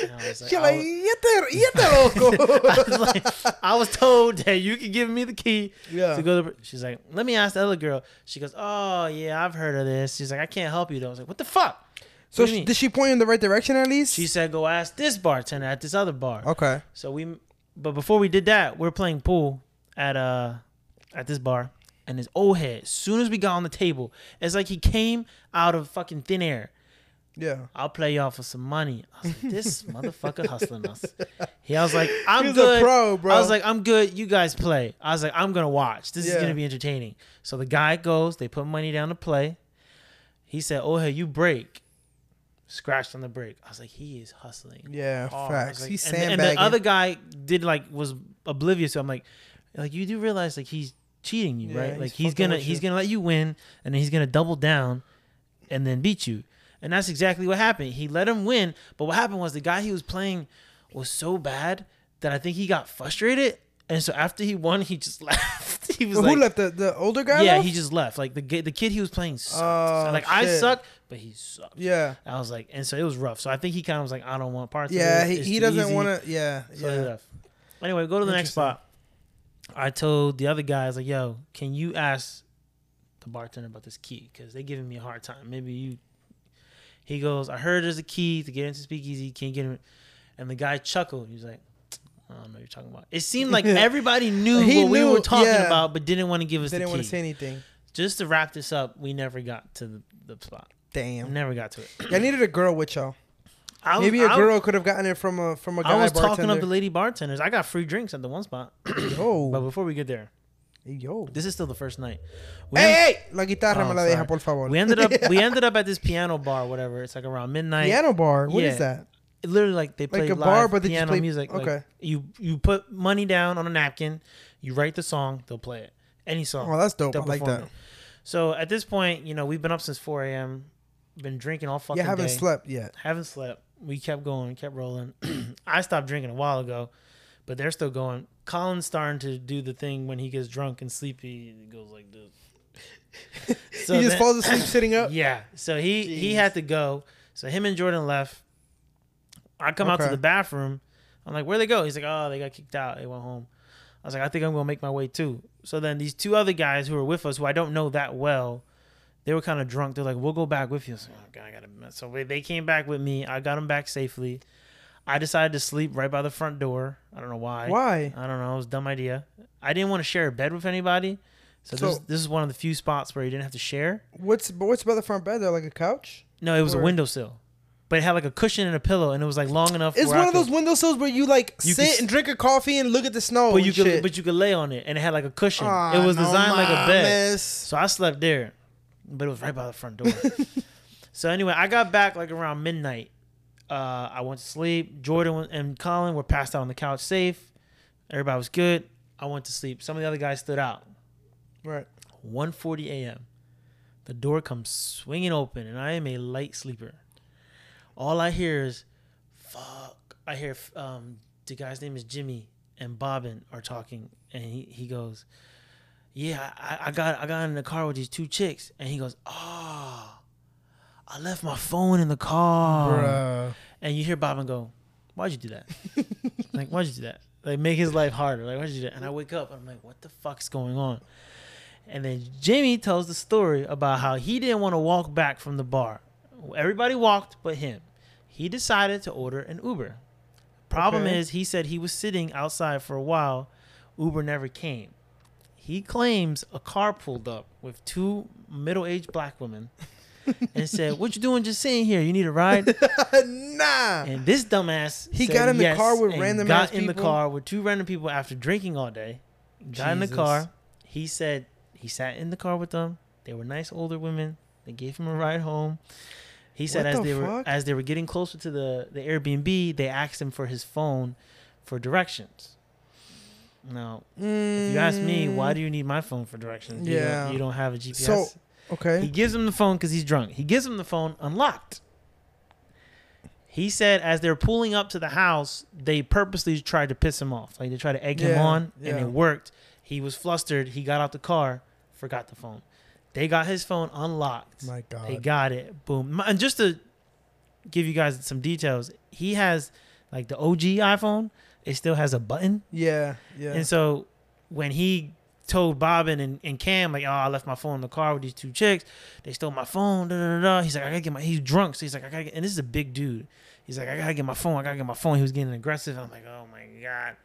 And I was like,
She
I
like,
was-
yete, yete
I
loco.
was like, I was told that you could give me the key
Yeah.
to go to. She's like, let me ask the other girl. She goes, oh yeah, I've heard of this. She's like, I can't help you though. I was like, what the fuck? What do
so
you
she,
mean?
did she point you in the right direction at least?
She said, go ask this bartender at this other bar.
okay.
So we, but before we did that, we are playing pool at uh at this bar, and this old head. As soon as we got on the table, it's like he came out of fucking thin air.
Yeah.
I'll play y'all for some money. I was like, this motherfucker hustling us. He, I was like, I'm
He's a
good.
pro, bro.
I was like, I'm good. You guys play. I was like, I'm gonna watch. This
Yeah.
is gonna be entertaining. So the guy goes. They put money down to play. He said, "Oh hey, you break." Scratched on the break. I was like, he is hustling.
Yeah.
Oh, I was
facts.
like-
He's
and, the-
sandbagging.
And the other guy did like was oblivious. So I'm like, like you do realize like he's cheating you,
Yeah,
right?
he's
Like he's
fucking
gonna
with
he's
you.
gonna let you win, and then he's gonna double down, and then beat you. And that's exactly what happened. He let him win, but what happened was the guy he was playing was so bad that I think he got frustrated, and so after he won, he just left. he was
Who
like,
left the, the older guy?
yeah,
left?
he just left. Like the g- the kid he was playing sucked.
Oh,
like I
shit.
suck, but he sucked.
Yeah.
I was like, and so it was rough. So I think he kind of was like, I don't want parts.
Yeah.
of
He,
this. It's
he
too
doesn't
easy.
want to. Yeah.
So he
Yeah.
left. Anyway, go to the next
Interesting.
spot. I told the other guys like, yo, can you ask the bartender about this key? Because they giving me a hard time. Maybe you. He goes, I heard there's a key to get into Speakeasy. Can you get him? And the guy chuckled. He was like. I don't know what you're talking about. It seemed like everybody knew
He
what we
knew,
were talking
yeah.
about, but didn't want to give us
They
the
didn't
key.
want to say anything.
Just to wrap this up, we never got to the, the spot.
Damn.
Never got to it.
I needed a girl with y'all.
I was-
Maybe a
I-
girl could have gotten it from a from a guy
I was talking
bartender.
up the lady bartenders. I got free drinks at the one spot. But
yo,
before we get there,
yo.
this is still the first night. We,
Hey, hey, la guitarra
Oh,
Eh, me la deja,
sorry.
por favor.
we ended up we ended up at this piano bar, whatever. It's like around midnight.
piano bar. What is
Yeah.
that?
It literally, like they play
Like a
live
bar, but they just
piano
play-
music. like,
okay.
you you put money down on a napkin, you write the song, they'll play it. Any song.
Oh, that's dope. I
they'll
like
perform
that.
it. So at this point, you know we've been up since 4 a.m. Been drinking all fucking
Yeah, haven't
day.
slept yet.
haven't slept. We kept going, kept rolling. I stopped drinking a while ago, but they're still going. Colin's starting to do the thing when he gets drunk and sleepy. He goes like this. So
he just
then-
falls asleep sitting up.
Yeah. So he he
Jeez.
had to go. So him and Jordan left. I come out to
Okay.
the bathroom. I'm like, where they go? He's like, oh, they got kicked out. They went home. I was like, I think I'm gonna make my way too. So then these two other guys who were with us, who I don't know that well, they were kind of drunk. They're like, we'll go back with you. I was like, oh, God, I gotta. mess." So they- they came back with me. I got them back safely. I decided to sleep right by the front door. I don't know why.
Why?
I don't know. It was a dumb idea. I didn't want to share a bed with anybody. So, this,
So-
this is one of the few spots where you didn't have to share.
What's but what's by the front bed? There, like a couch.
No, it was
Or-
a windowsill, but it had like a cushion and a pillow, and it was like long enough.
It's
where I
one of
could-
those windowsills where you like
You
sit
can s-
and drink a coffee and look at the snow.
But you
and
could,
shit.
but you could lay on it, and it had like a cushion.
Ah,
it was
no
designed like a bed,
mames.
so I slept there, but it was right by the front door. so anyway, I got back like around midnight. Uh, I went to sleep. Jordan wa- and Colin were passed out on the couch, safe. Everybody was good. I went to sleep. Some of the other guys stood out.
Right.
1:40 a.m. The door comes swinging open, and I am a light sleeper. All I hear is, "Fuck!" I hear um, the guy's name is Jimmy and Bobbin are talking, and he, he goes, "Yeah, I, I got I got in the car with these two chicks," and he goes, "Ah, I left my phone in the car."
Bruh.
and you hear Bob and go, "Why'd you do that? like, why'd you do that? Like, make his life harder. Like, why'd you do that?" And I wake up and I'm like, "What the fuck's going on?" And then Jimmy tells the story about how he didn't want to walk back from the bar. Everybody walked but him. He decided to order an Uber. Problem
Okay.
is, he said he was sitting outside for a while. Uber never came. He claims a car pulled up with two middle-aged black women and said, "What you doing? Just sitting here. You need a ride."
nah.
And this dumbass,
He
said
got in the
yes
car with
and
random
Got
ass
in the
people?
car with two random people after drinking all day. Got in the
Jesus.
car. He said he sat in the car with them. They were nice older women. They gave him a ride home. He said
What
as
the
they were
fuck?
as they were getting closer to the the Airbnb, they asked him for his phone for directions. Now, if you ask me, why do you need my phone for directions? You don't-
Mm. Yeah.
you don't have a GPS.
So
He
okay.
gives him the phone because he's drunk. He gives him the phone unlocked. He said as they're pulling up to the house, they purposely tried to piss him off. Like they tried to egg him
Yeah,
on,
yeah.
and it worked. He was flustered. He got out the car, forgot the phone. They got his phone unlocked.
My
They
God.
got it. Boom. My- And just to give you guys some details. He has like the OG iPhone. It still has a button,
Yeah, yeah.
and so when he told Bobbin and, and Cam like, "Oh, I left my phone in the car with these two chicks. They stole my phone." Da, da, da, da. He's like, "I gotta get my." He's drunk, so he's like, "I gotta get." And this is a big dude. He's like, "I gotta get my phone. I gotta get my phone." He was getting aggressive. I'm like, "Oh my god,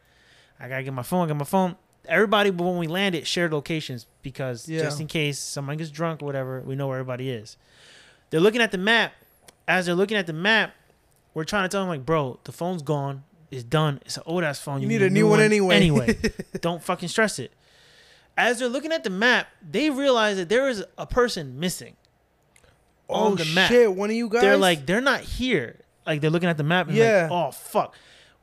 I gotta get my phone. I Get my phone." Everybody, but when we landed, shared locations because
Yeah.
just in case someone gets drunk or whatever, we know where everybody is. They're looking at the map. As they're looking at the map, we're trying to tell them like, "Bro, the phone's gone. It's done. It's an old ass phone.
You need a new one anyway."
Anyway, don't fucking stress it." as they're looking at the map, they realize that there is a person missing.
oh
on the map.
shit, one of you guys.
They're like, they're not here. Like they're looking at the map and
Yeah.
like, oh fuck,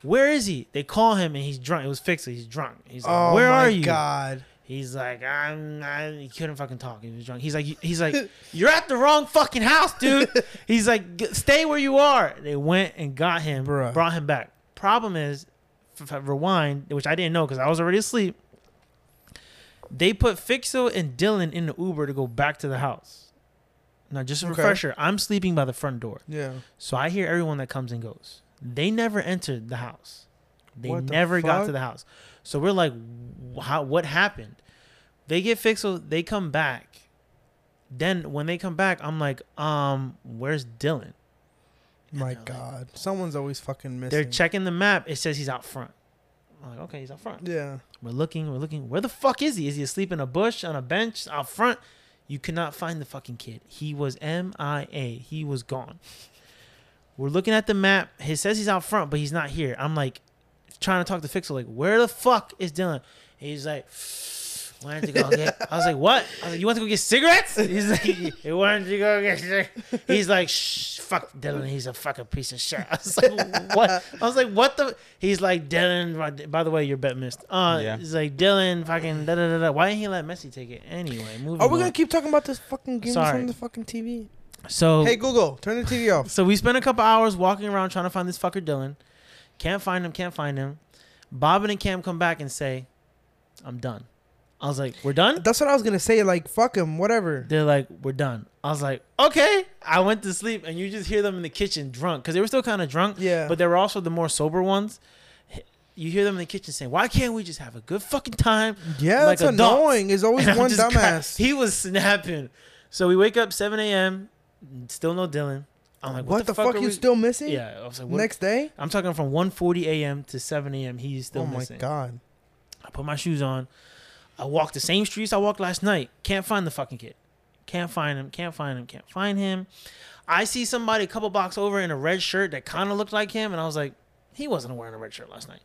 where is he? They call him and he's drunk. It was fixed. He's drunk. He's like,
oh
where
my
are you?
God.
He's like, I'm. I, he couldn't fucking talk. He was drunk. He's like, he's like, you're at the wrong fucking house, dude. he's like, "G- stay where you are. They went and got him,
Bruh.
brought him back. Problem is, f- f- rewind, which I didn't know because I was already asleep. They put Fixo and Dylan in the Uber to go back to the house. Now, just a
Okay.
refresher, I'm sleeping by the front door,
Yeah.
so I hear everyone that comes and goes. They never entered the house. They
What the
never got to
fuck?
the house. So we're like, "Wh- how, what happened? They get Fixel. They come back. Then when they come back, I'm like, um, where's Dylan?
My
they're like-
God. Someone's always fucking missing.
They're checking the map. It says he's out front. I'm like, okay, he's out front.
Yeah.
We're looking. We're looking. Where the fuck is he? Is he asleep in a bush on a bench out front? You cannot find the fucking kid. He was MIA. He was gone. We're looking at the map. He says he's out front, but he's not here. I'm like trying to talk to Fixer, like, where the fuck is Dylan? He's like, wanted to go get. I was like, what? I was like, you want to go get cigarettes? He's like, he wanted to go get. Cigarettes. He's like, shh, fuck Dylan. He's a fucking piece of shit. I was like, what? I was like, what the? He's like, Dylan. By the way, your bet missed. Uh,
Yeah.
he's like, Dylan, fucking da da da da. Why didn't he let Messi take it anyway? Moving
Are we
on.
gonna keep talking about this fucking game that's
Sorry. Oh.
on the fucking TV?
so
Hey Google, turn the TV off.
so we spent a couple hours walking around trying to find this fucker Dylan. Can't find him, can't find him. Bobbin and Cam come back and say, I'm done. I was like, We're done?
That's what I was gonna say. Like fuck him, whatever.
They're like, We're done. I was like, Okay. I went to sleep and you just hear them in the kitchen drunk because they were still kind of drunk,
Yeah.
but they were also the more sober ones. You hear them in the kitchen saying, Why can't we just have a good fucking time?
yeah,
like
that's
adults.
annoying. It's always
And I'm
one
just cra-
dumbass.
he was snapping. So we wake up 7 a.m., still no Dylan. I'm like,
what,
What,
the, fuck,
are
you
we-"
still missing?
Yeah, I was like, what,
Next day?
I'm talking from 1:40 a.m. to 7 a.m. He's still
oh my
missing.
god.
I put my shoes on. I walked the same streets I walked last night. Can't find the fucking kid. Can't find him. Can't find him. Can't find him. I see somebody a couple blocks over in a red shirt that kind of looked like him, and I was like, he wasn't wearing a red shirt last night.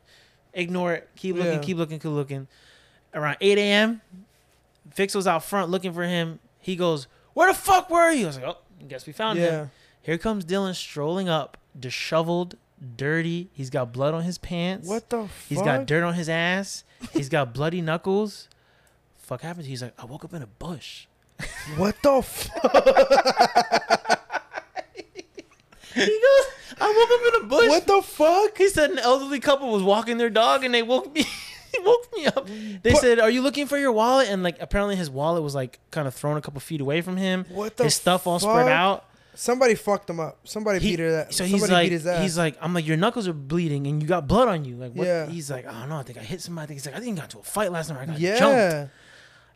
Ignore it. Keep looking.
Yeah.
Keep looking. Keep looking. Around 8 a.m., Fix was out front looking for him. He goes, "Where the fuck were you?" I was like, "Oh, guess we found him."
Yeah.
Here comes Dylan strolling up, disheveled, dirty. He's got blood on his pants.
What the fuck?
He's got dirt on his ass. He's got bloody knuckles. Fuck happened? He's like, I woke up in a bush.
What the fuck?
He goes, I woke up in a bush.
what the fuck?
He said an elderly couple was walking their dog and they woke me. they woke me up. They
But-
said, "Are you looking for your wallet?" And like, apparently his wallet was like kind of thrown a couple feet away from him.
What the
his stuff all spread
fuck?
out.
Somebody fucked him up. Somebody
He-
beat her that.
So
Somebody
he's like,
beat his ass.
he's like, I'm like, your knuckles are bleeding and you got blood on you. Like, what?
Yeah.
He's like, I don't know. I think I hit somebody. I think he's like, I think I got into a fight last night. I got
yeah.
jumped.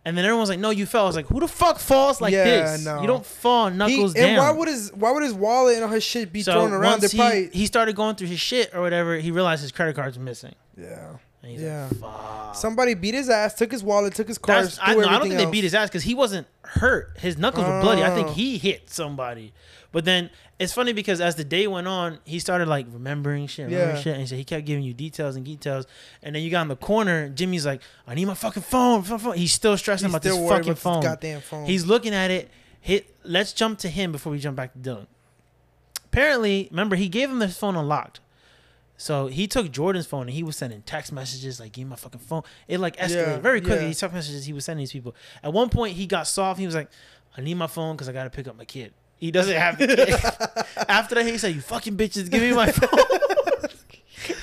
And then everyone's like, "No, you fell." I was like, "Who the fuck falls like
Yeah,
this?
no.
You don't fall
He-
knuckles down."
and why would his why would his wallet and all his shit be
so
thrown around? They're
once he,
probably
he started going through his shit or whatever, he realized his credit card's missing.
yeah.
And he's
Yeah.
like, "Fuck."
Somebody beat his ass, took his wallet, took his car.
That's, I, no, I don't think they beat his ass because he wasn't hurt. His knuckles were bloody. I think
Oh.
he hit somebody. But then it's funny because as the day went on, he started like remembering shit, remembering
Yeah.
shit, and so he kept giving you details and details. And then you got in the corner. Jimmy's like, "I need my fucking phone." phone, phone." He's still stressing about this
worried
fucking
about this
phone.
Goddamn phone.
He's looking at it. Hit. Let's jump to him before we jump back to Dylan. Apparently, remember he gave him his phone unlocked, so he took Jordan's phone and he was sending text messages like "Give me my fucking phone." It like escalated
Yeah,
very quickly.
yeah.
These text messages he was sending these people. At one point, he got soft. He was like, "I need my phone because I got to pick up my kid." He doesn't have the kid. After that, he said, "You fucking bitches, give me my phone."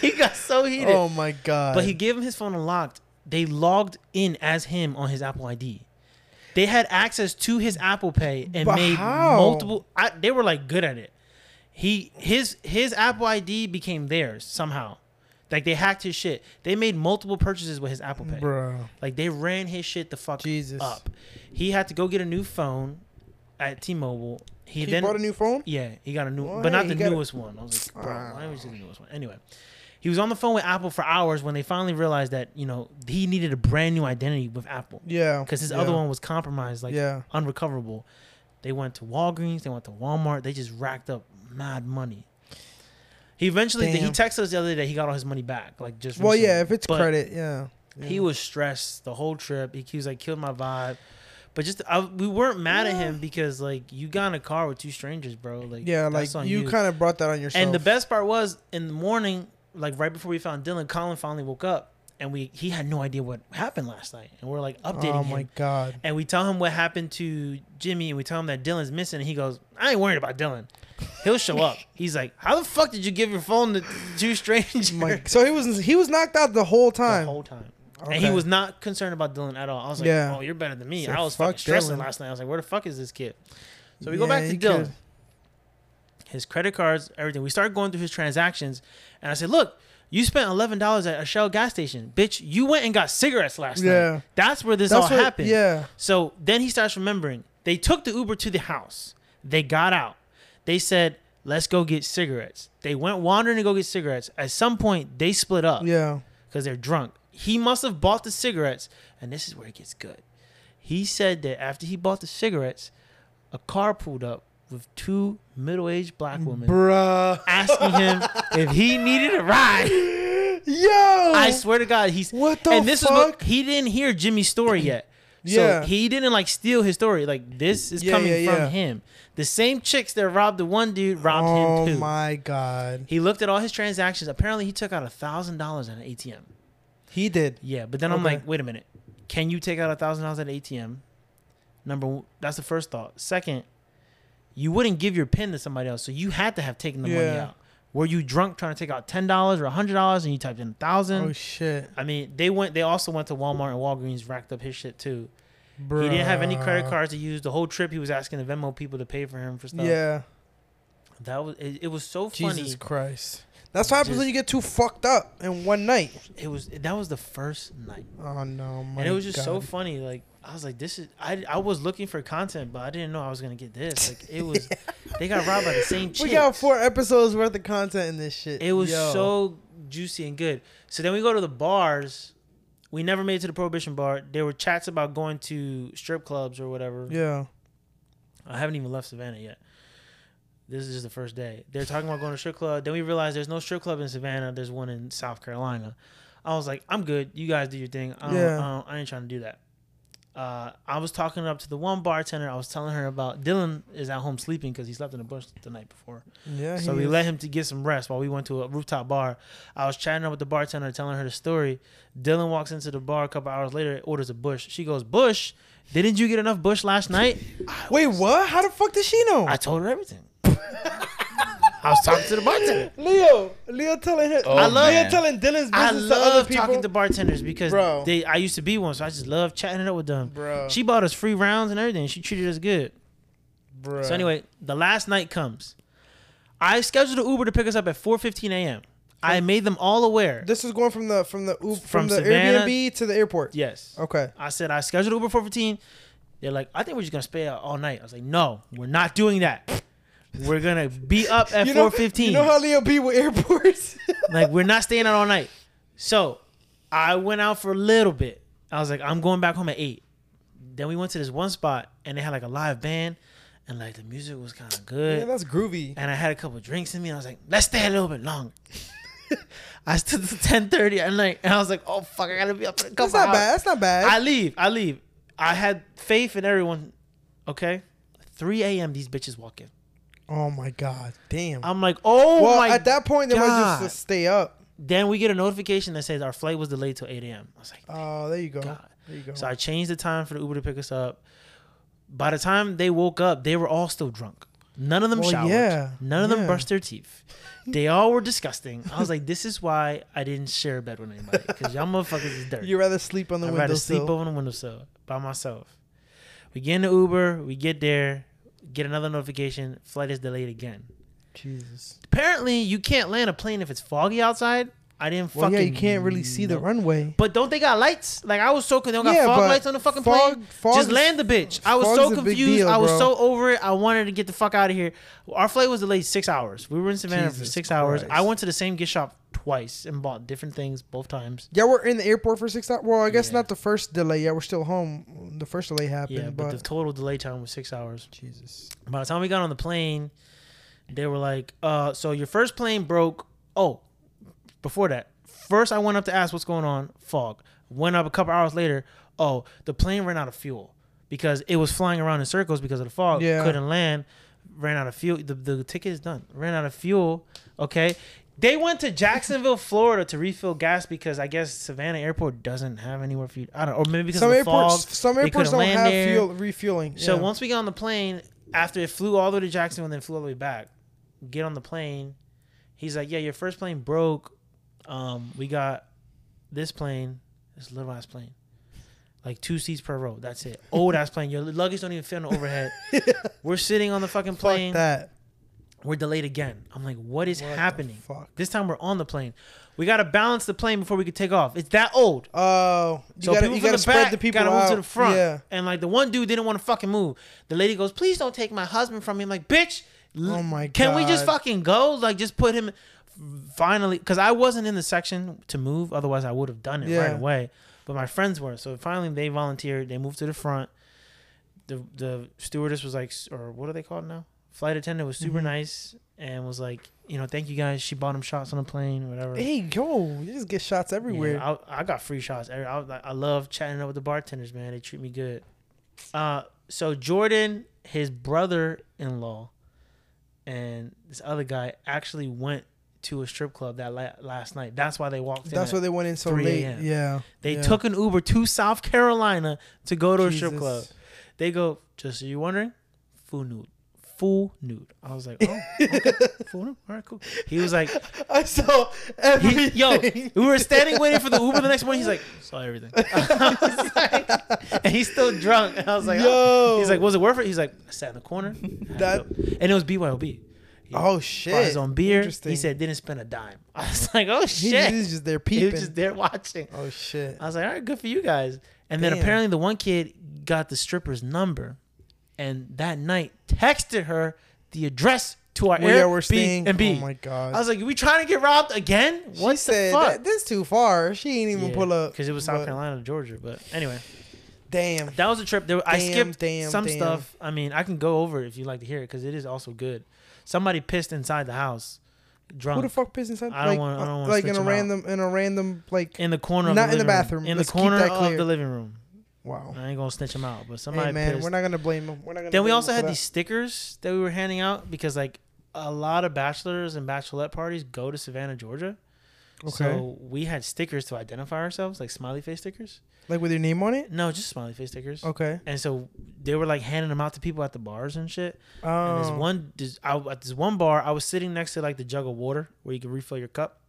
he got so heated.
oh my god.
But he gave him his phone unlocked. They logged in as him on his Apple ID. They had access to his Apple Pay and
But
made
how?
multiple. I, they were like good at it. He his his Apple ID became theirs somehow. Like they hacked his shit. They made multiple purchases with his Apple Pay.
bro.
Like they ran his shit the fuck
Jesus.
up. He had to go get a new phone at T-Mobile. He,
He
then
bought a new phone.
yeah, he got a new,
Why?
but not the
He got a-
newest one. I was like, bro,
Ah.
why was it the newest one? Anyway, he was on the phone with Apple for hours when they finally realized that you know he needed a brand new identity with Apple
Yeah,
because his
yeah.
other one was compromised, like
Yeah.
unrecoverable. They went to Walgreens, they went to Walmart, they just racked up mad money. He eventually he
Damn.
texted us the other day that he got all his money back, like just
Well,
recently.
yeah, if it's
But
credit, yeah.
He was stressed the whole trip. He, he was like killed my vibe. But just I, we weren't mad at him because like you got in a car with two strangers, bro. Like
Yeah, like
that's on
you, kind of brought that on yourself.
and the best part was in the morning, like right before we found Dylan, Colin finally woke up and we he had no idea what happened last night. And we're like updating
Oh
him.
my god.
And we tell him what happened to Jimmy and we tell him that Dylan's missing and he goes, I ain't worried about Dylan. He'll show up. He's like, How the fuck did you give your phone to two strangers
My, so he was he was knocked out the whole
the
time.
whole time? And he
Okay.
was not concerned about Dylan at all. I was like,
Yeah.
Oh, you're better than me.
So
I was
fuck
fucking stressing
Dylan.
last night. I was like, Where the fuck is this kid? So we go
Yeah,
back to
he
Dylan.
could-
His credit cards, everything. We start going through his transactions and I said, Look, you spent eleven dollars at a Shell gas station. Bitch, you went and got cigarettes last
Yeah.
night. That's where this
That's
all
what-
happened.
Yeah.
So then he starts remembering. They took the Uber to the house. They got out. They said, "Let's go get cigarettes." They went wandering to go get cigarettes. At some point, they split up because
Yeah.
they're drunk. He must have bought the cigarettes, and this is where it gets good. He said that after he bought the cigarettes, a car pulled up with two middle-aged black women
Bruh.
asking him if he needed a ride.
Yo.
I swear to God, he's
What the
and this is
fuck?
what he didn't hear Jimmy's story yet.
Yeah.
So he didn't like steal his story. Like this is
Yeah,
coming
yeah,
from
yeah.
him. The same chicks that robbed the one dude robbed
oh
him too.
my god.
He looked at all his transactions. Apparently, he took out a thousand dollars at an ATM.
He did.
Yeah, but then I'm
Okay.
like, wait a minute, can you take out a thousand dollars at an ATM? Number one, that's the first thought. Second, you wouldn't give your pin to somebody else, so you had to have taken the money
Yeah.
out. Were you drunk trying to take out ten dollars or hundred dollars and you typed in a thousand?
Oh shit.
I mean, they went. They also went to Walmart and Walgreens, racked up his shit too.
Bruh.
He didn't have any credit cards to use. The whole trip, he was asking the Venmo people to pay for him for stuff.
Yeah.
that was. It, it was so funny.
Jesus Christ. That's what happens
Just-
when you get too fucked up in one night.
It was. That was the first night,
Oh no, my
and it was just
god.
so funny. Like I was like, this is. I I was looking for content, but I didn't know I was gonna get this. Like it was. they got robbed by the same chick.
We got four episodes worth of content in this shit.
It was
Yo.
so juicy and good. So then we go to the bars. We never made it to the prohibition bar. There were chats about going to strip clubs or whatever.
Yeah.
I haven't even left Savannah yet. This is just the first day. They're talking about going to strip club. Then we realized there's no strip club in Savannah. There's one in South Carolina. I was like, I'm good. You guys do your thing. I, don't,
Yeah.
I, don't, I ain't trying to do that. Uh, I was talking up to the one bartender. I was telling her about Dylan is at home sleeping because he slept in a bush the night before.
Yeah.
So
he
we
is.
let him to get some rest while we went to a rooftop bar. I was chatting up with the bartender, telling her the story. Dylan walks into the bar a couple hours later, orders a bush. She goes, "Bush, didn't you get enough bush last night?"
Wait, what? How the fuck did she know?
I told her everything. I was talking to the bartender.
Leo, Leo telling him.
I love-
Leo telling Dylan's business
Oh, I
to other
love
people.
talking to bartenders because
Bro.
they I used to be one, so I just love chatting it up with them.
Bro.
She bought us free rounds and everything. She treated us good.
Bruh.
So anyway, the last night comes. I scheduled an Uber to pick us up at 4:15 a.m. I made them all aware.
this is going from the from the Uber,
From
from, the
Savannah-
Airbnb to the airport.
yes.
Okay.
I said I scheduled Uber 4:15. They're like, I think we're just gonna stay out all night. I was like, No, we're not doing that. We're gonna be up at
You know,
4:15.
You know how Leo be with airports.
like we're not staying out all night. So I went out for a little bit. I was like, I'm going back home at eight. Then we went to this one spot and they had like a live band and like the music was kind of
yeah,
good.
that's groovy.
And I had a couple drinks in me and I was like, let's stay a little bit longer. I stood to 10:30 at night and I was like, oh fuck, I gotta be up in a couple
That's not
hours.
bad. That's not bad.
I leave. I leave. I had faith in everyone. Okay. 3 a.m. These bitches walk in.
oh my god, damn.
I'm like, oh
well,
my
at that point, they might just,
God.
just stay up.
then we get a notification that says our flight was delayed till 8 a.m. I was like,
Oh, there you go.
God.
There you go.
so I changed the time for the Uber to pick us up. By the time they woke up, they were all still drunk. None of them
Well,
showered.
yeah,
None of them
yeah.
brushed their teeth. They all were disgusting. I was like, this is why I didn't share a bed with anybody because y'all motherfuckers is dirty.
you rather sleep on the
I'd rather sleep
windowsill.
over on the windowsill by myself. We get in the Uber, we get there, get another notification, flight is delayed again.
Jesus.
Apparently, you can't land a plane if it's foggy outside. I didn't
Well,
fucking.
yeah, you can't really see the
know.
runway.
But don't they got lights? Like I was so con- they don't got
Yeah,
fog
but
lights on the fucking
fog-
plane.
fog
Just
is-
land the bitch. I was
fog's
so
a big
confused.
deal,
I was
bro.
so over it. I wanted to get the fuck out of here. Our flight was delayed six hours. We were in Savannah for
Jesus
six hours. I
Christ.
went to the same gift shop twice and bought different things both times.
Yeah, we're in the airport for six hours. Well, I guess
Yeah.
not the first delay. Yeah, we're still home. The first delay happened,
Yeah,
but,
but the total delay time was six hours.
Jesus.
By the time we got on the plane, they were like, uh, so your first plane broke. Oh, before that, first I went up to ask what's going on. Fog. Went up a couple hours later. Oh, the plane ran out of fuel because it was flying around in circles because of the fog.
Yeah.
Couldn't land. Ran out of fuel. The, the ticket is done. Ran out of fuel. Okay. They went to Jacksonville, Florida to refill gas because I guess Savannah Airport doesn't have anywhere for you. I don't know. Or maybe because
Some
of the
airports,
fog.
some
they
airports
couldn't
don't
land
have
there.
fuel refueling.
So
yeah.
once we got on the plane, after it flew all the way to Jacksonville and then flew all the way back, get on the plane. He's like, Yeah, your first plane broke. Um, we got this plane, this little ass plane. Like two seats per row. That's it. Old ass plane. Your luggage don't even fit on the overhead. We're sitting on the fucking plane.
fuck that.
We're delayed again. I'm like, what is
What the
happening?
fuck?
This time we're on the plane. We gotta balance the plane before we could take off. It's that old.
Oh, you
So
gotta,
people
you
from
gotta
the
spread
back
the people
gotta move
out.
to the front.
Yeah.
And like the one dude didn't want to fucking move. The lady goes, "Please don't take my husband from me." I'm like, "Bitch, l-
Oh my
can we just
God.
fucking go? Like, just put him." Finally, because I wasn't in the section to move, otherwise I would have done it right
Yeah.
away. But my friends were, so finally they volunteered. They moved to the front. The the stewardess was like, s- or what are they called now? Flight attendant was
Mm-hmm.
super nice and was like, you know, thank you guys. She bought him shots on the plane, whatever.
Hey, yo, you just get shots everywhere.
Yeah, I, I got free shots. I, I, I love chatting up with the bartenders, man. They treat me good. Uh, so Jordan, his brother-in-law, and this other guy actually went to a strip club that la- last night. That's why they walked in.
That's
at-
why they went in so
3
late.
a.m..
Yeah.
they
yeah.
took an Uber to South Carolina to go to a strip
Jesus.
club. They go, just so you're wondering, full nude. Full nude. I was like, oh, okay. full nude. All right, cool. He was like,
I saw
he,
everything.
yo, we were standing waiting for the Uber the next morning. He's like, saw everything. I was like- and he's still drunk. And I was like, oh.
Yo.
he's like, was it worth it? He's like, I sat in the corner. had a
That-
dope. and it was BYOB. He
oh
bought
shit.
his own beer. He
Interesting.
said didn't spend a dime. I was like, oh
He-
shit.
he's just there
He
peeping.
was just there Uh, watching.
oh shit.
I was like, all right, good for you guys. And then
Damn.
apparently the one kid got the stripper's number, and that night texted her the address to our
Well, Oh, yeah, we're
Airbnb.
staying.
and B.
Oh my god.
I was like, we trying to get robbed again? What
she said
the fuck?
"That- this too far. She ain't even pull up
because it was South
but-
Carolina to Georgia. But anyway,
Damn.
that was a trip. There, I
Damn,
skipped
damn,
some
damn.
stuff. I mean, I can go over it if you'd like to hear it because it is also good. Somebody pissed inside the house, drunk
Who the fuck pissed inside?
I don't
like,
wanna- I don't wanna
like
switch
in a
'em out.
random, in a random, like
in the corner. Of
Not
the
in the
living room.
bathroom.
In
Let's
the
keep
corner
that
of
clear.
the living room.
wow.
I ain't gonna snitch him out, but somebody
Hey man,
pissed.
we're not gonna blame him. We're not gonna.
then we
blame
also
him
had
for
these stickers that we were handing out because like a lot of bachelors and bachelorette parties go to Savannah, Georgia.
that. okay,
So we had stickers to identify ourselves, like smiley face stickers.
like with your name on it.
No, just smiley face stickers.
Okay.
And so they were like handing them out to people at the bars and shit. And this
Um,
one, this, I, at this one bar, I was sitting next to like the jug of water where you can refill your cup.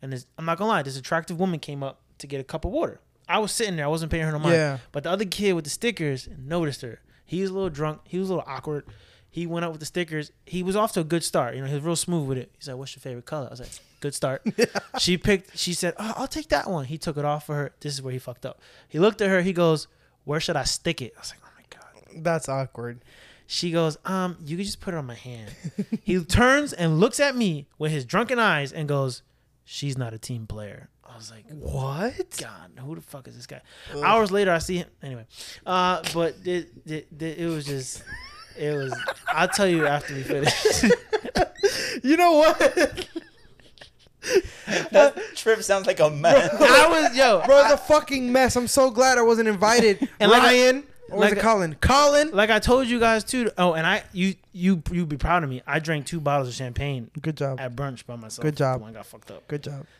And this, I'm not gonna lie, this attractive woman came up to get a cup of water. I was sitting there, I wasn't paying her no mind.
Yeah.
But the other kid with the stickers noticed her. He was a little drunk. He was a little awkward. He went up with the stickers. He was off to a good start. You know, he was real smooth with it. He's like, "What's your favorite color?" I was like, "Good start." she picked. She said, oh, "I'll take that one." He took it off for her. This is where he fucked up. He looked at her. He goes, "Where should I stick it?" I was like, "Oh my god."
That's awkward.
She goes, um, you can just put it on my hand. he turns and looks at me with his drunken eyes and goes, she's not a team player. I was like,
What?
God, who the fuck is this guy? Hours later, I see him. Anyway, uh, but it, it, it, it was just, it was. I'll tell you after we finish.
You know what?
That trip sounds like a mess.
I was yo,
Bro, it's a fucking mess. I'm so glad I wasn't invited.
And like I-
Ryan, or was
like
it
I-
Colin? Colin.
like I told you guys too. Oh, and I, you, you, you'd be proud of me. I drank two bottles of champagne
Good job.
at brunch by myself.
Good job.
The one got fucked up.
Good job.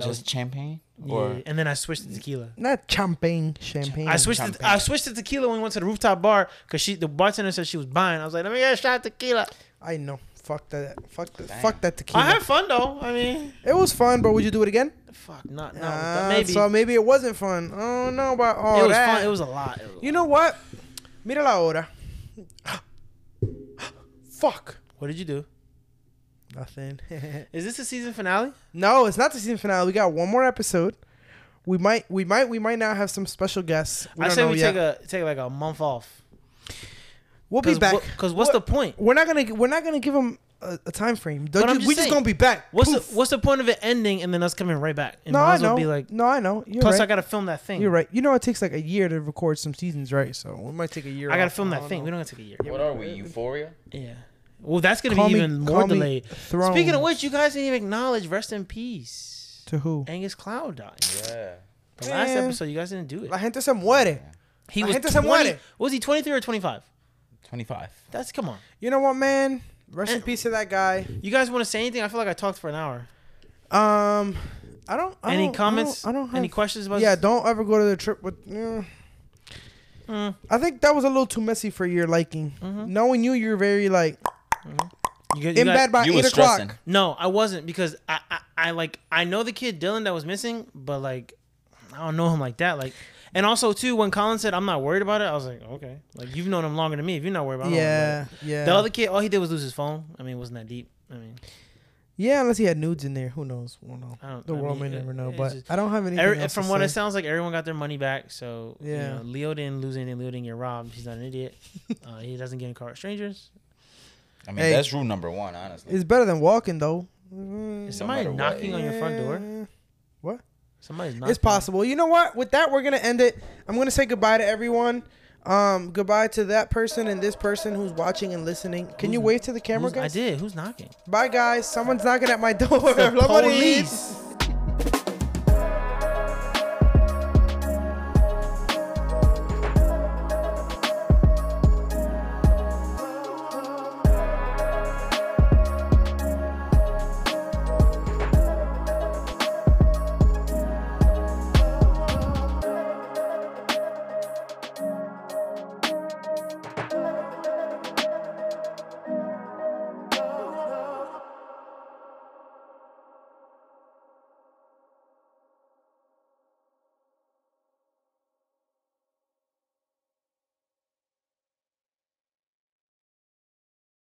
Just champagne?
yeah, and then I switched to tequila.
Not champagne, champagne.
I switched. To, I switched to tequila when we went to the rooftop bar because she, the bartender said she was buying. I was like, let me get a shot of tequila.
I know. Fuck that. Fuck that.
Damn.
Fuck that tequila.
I had fun though. I mean,
it was fun, but would you do it again?
fuck, not not with
Ah,
that. maybe.
So maybe it wasn't fun. I don't know about all
it was
that.
fun. It was a lot. It was a
you
lot.
know what? Mira la hora. Fuck.
what did you do?
Nothing.
Is this the season finale?
no, it's not the season finale. We got one more episode. We might, we might, we might now have some special guests. We
I
don't
say
know
we
yet.
take a take like a month off.
we'll be back.
Because what's the point?
We're not gonna, we're not gonna give them a, a time frame. Don't
But I'm
you-
just
we just
saying,
gonna be back.
What's
Poof.
the, what's the point of it ending and then us coming right back? And
no,
might
I
as well
know.
Be like,
no, I know. You're
plus,
right.
I gotta film that thing.
You're right. You know it takes like a year to record some seasons, right? So it might take a year.
I gotta
off.
film that
don't
thing.
know.
We don't gotta take a year.
What are we? Euphoria?
Yeah. Well, that's gonna
Call
be
me-
even
call
more
me
delayed.
Throne.
Speaking of which, you guys didn't even acknowledge. Rest in peace,
to who?
Angus Cloud died.
Yeah.
The last
Man.
episode, you guys didn't do it.
La gente se muere.
He
La
was
gente se muere.
20, Was he 23 or 25?
25.
That's come on.
You know what, man? Rest in
And-
peace to that guy.
You guys want to say anything? I feel like I talked for an hour.
Um, I don't. I
any
don't-
comments?
I don't, I don't have.
any questions about?
yeah, don't ever go to the trip with. yeah.
Mm.
I think that was a little too messy for your liking.
Mm-hmm.
Knowing you, you're very like
You, get- you
in
got-
bed by
You
eight
was
o'clock.
stressing.
No, I wasn't because I, I I like I know the kid Dylan that was missing, but like I don't know him like that. Like, and also too, when Colin said I'm not worried about it, I was like, okay, like you've known him longer than me. If you're not worried about, it, I'm not worried about
Yeah, yeah.
it. The other kid, all he did was lose his phone. I mean, it wasn't that deep. I mean,
yeah, unless he had nudes in there. Who knows? We'll know.
I don't.
The
I
world
mean,
may
it-
never know.
it's
But
just-
I don't have anything.
every-
else
from
to
what it
say.
sounds like, everyone got their money back. So
Yeah.
yeah, you know, Leo didn't lose anything. Leo didn't get robbed. He's not an idiot. uh, he doesn't get in a car with strangers.
I mean,
Hey.
that's rule number one, honestly.
It's better than walking though. Mm,
Is somebody
matter what,
knocking on your front door?
yeah.
Somebody's knocking.
It's possible. You know what? With that, we're gonna end it. I'm gonna say goodbye to everyone. Um, goodbye to that person and this person who's watching and listening. Can you wave to the camera,
Who's, Mm-hmm. I
guys?
did. Who's knocking?
Bye, guys. Someone's knocking at my door.
The
Nobody-
police.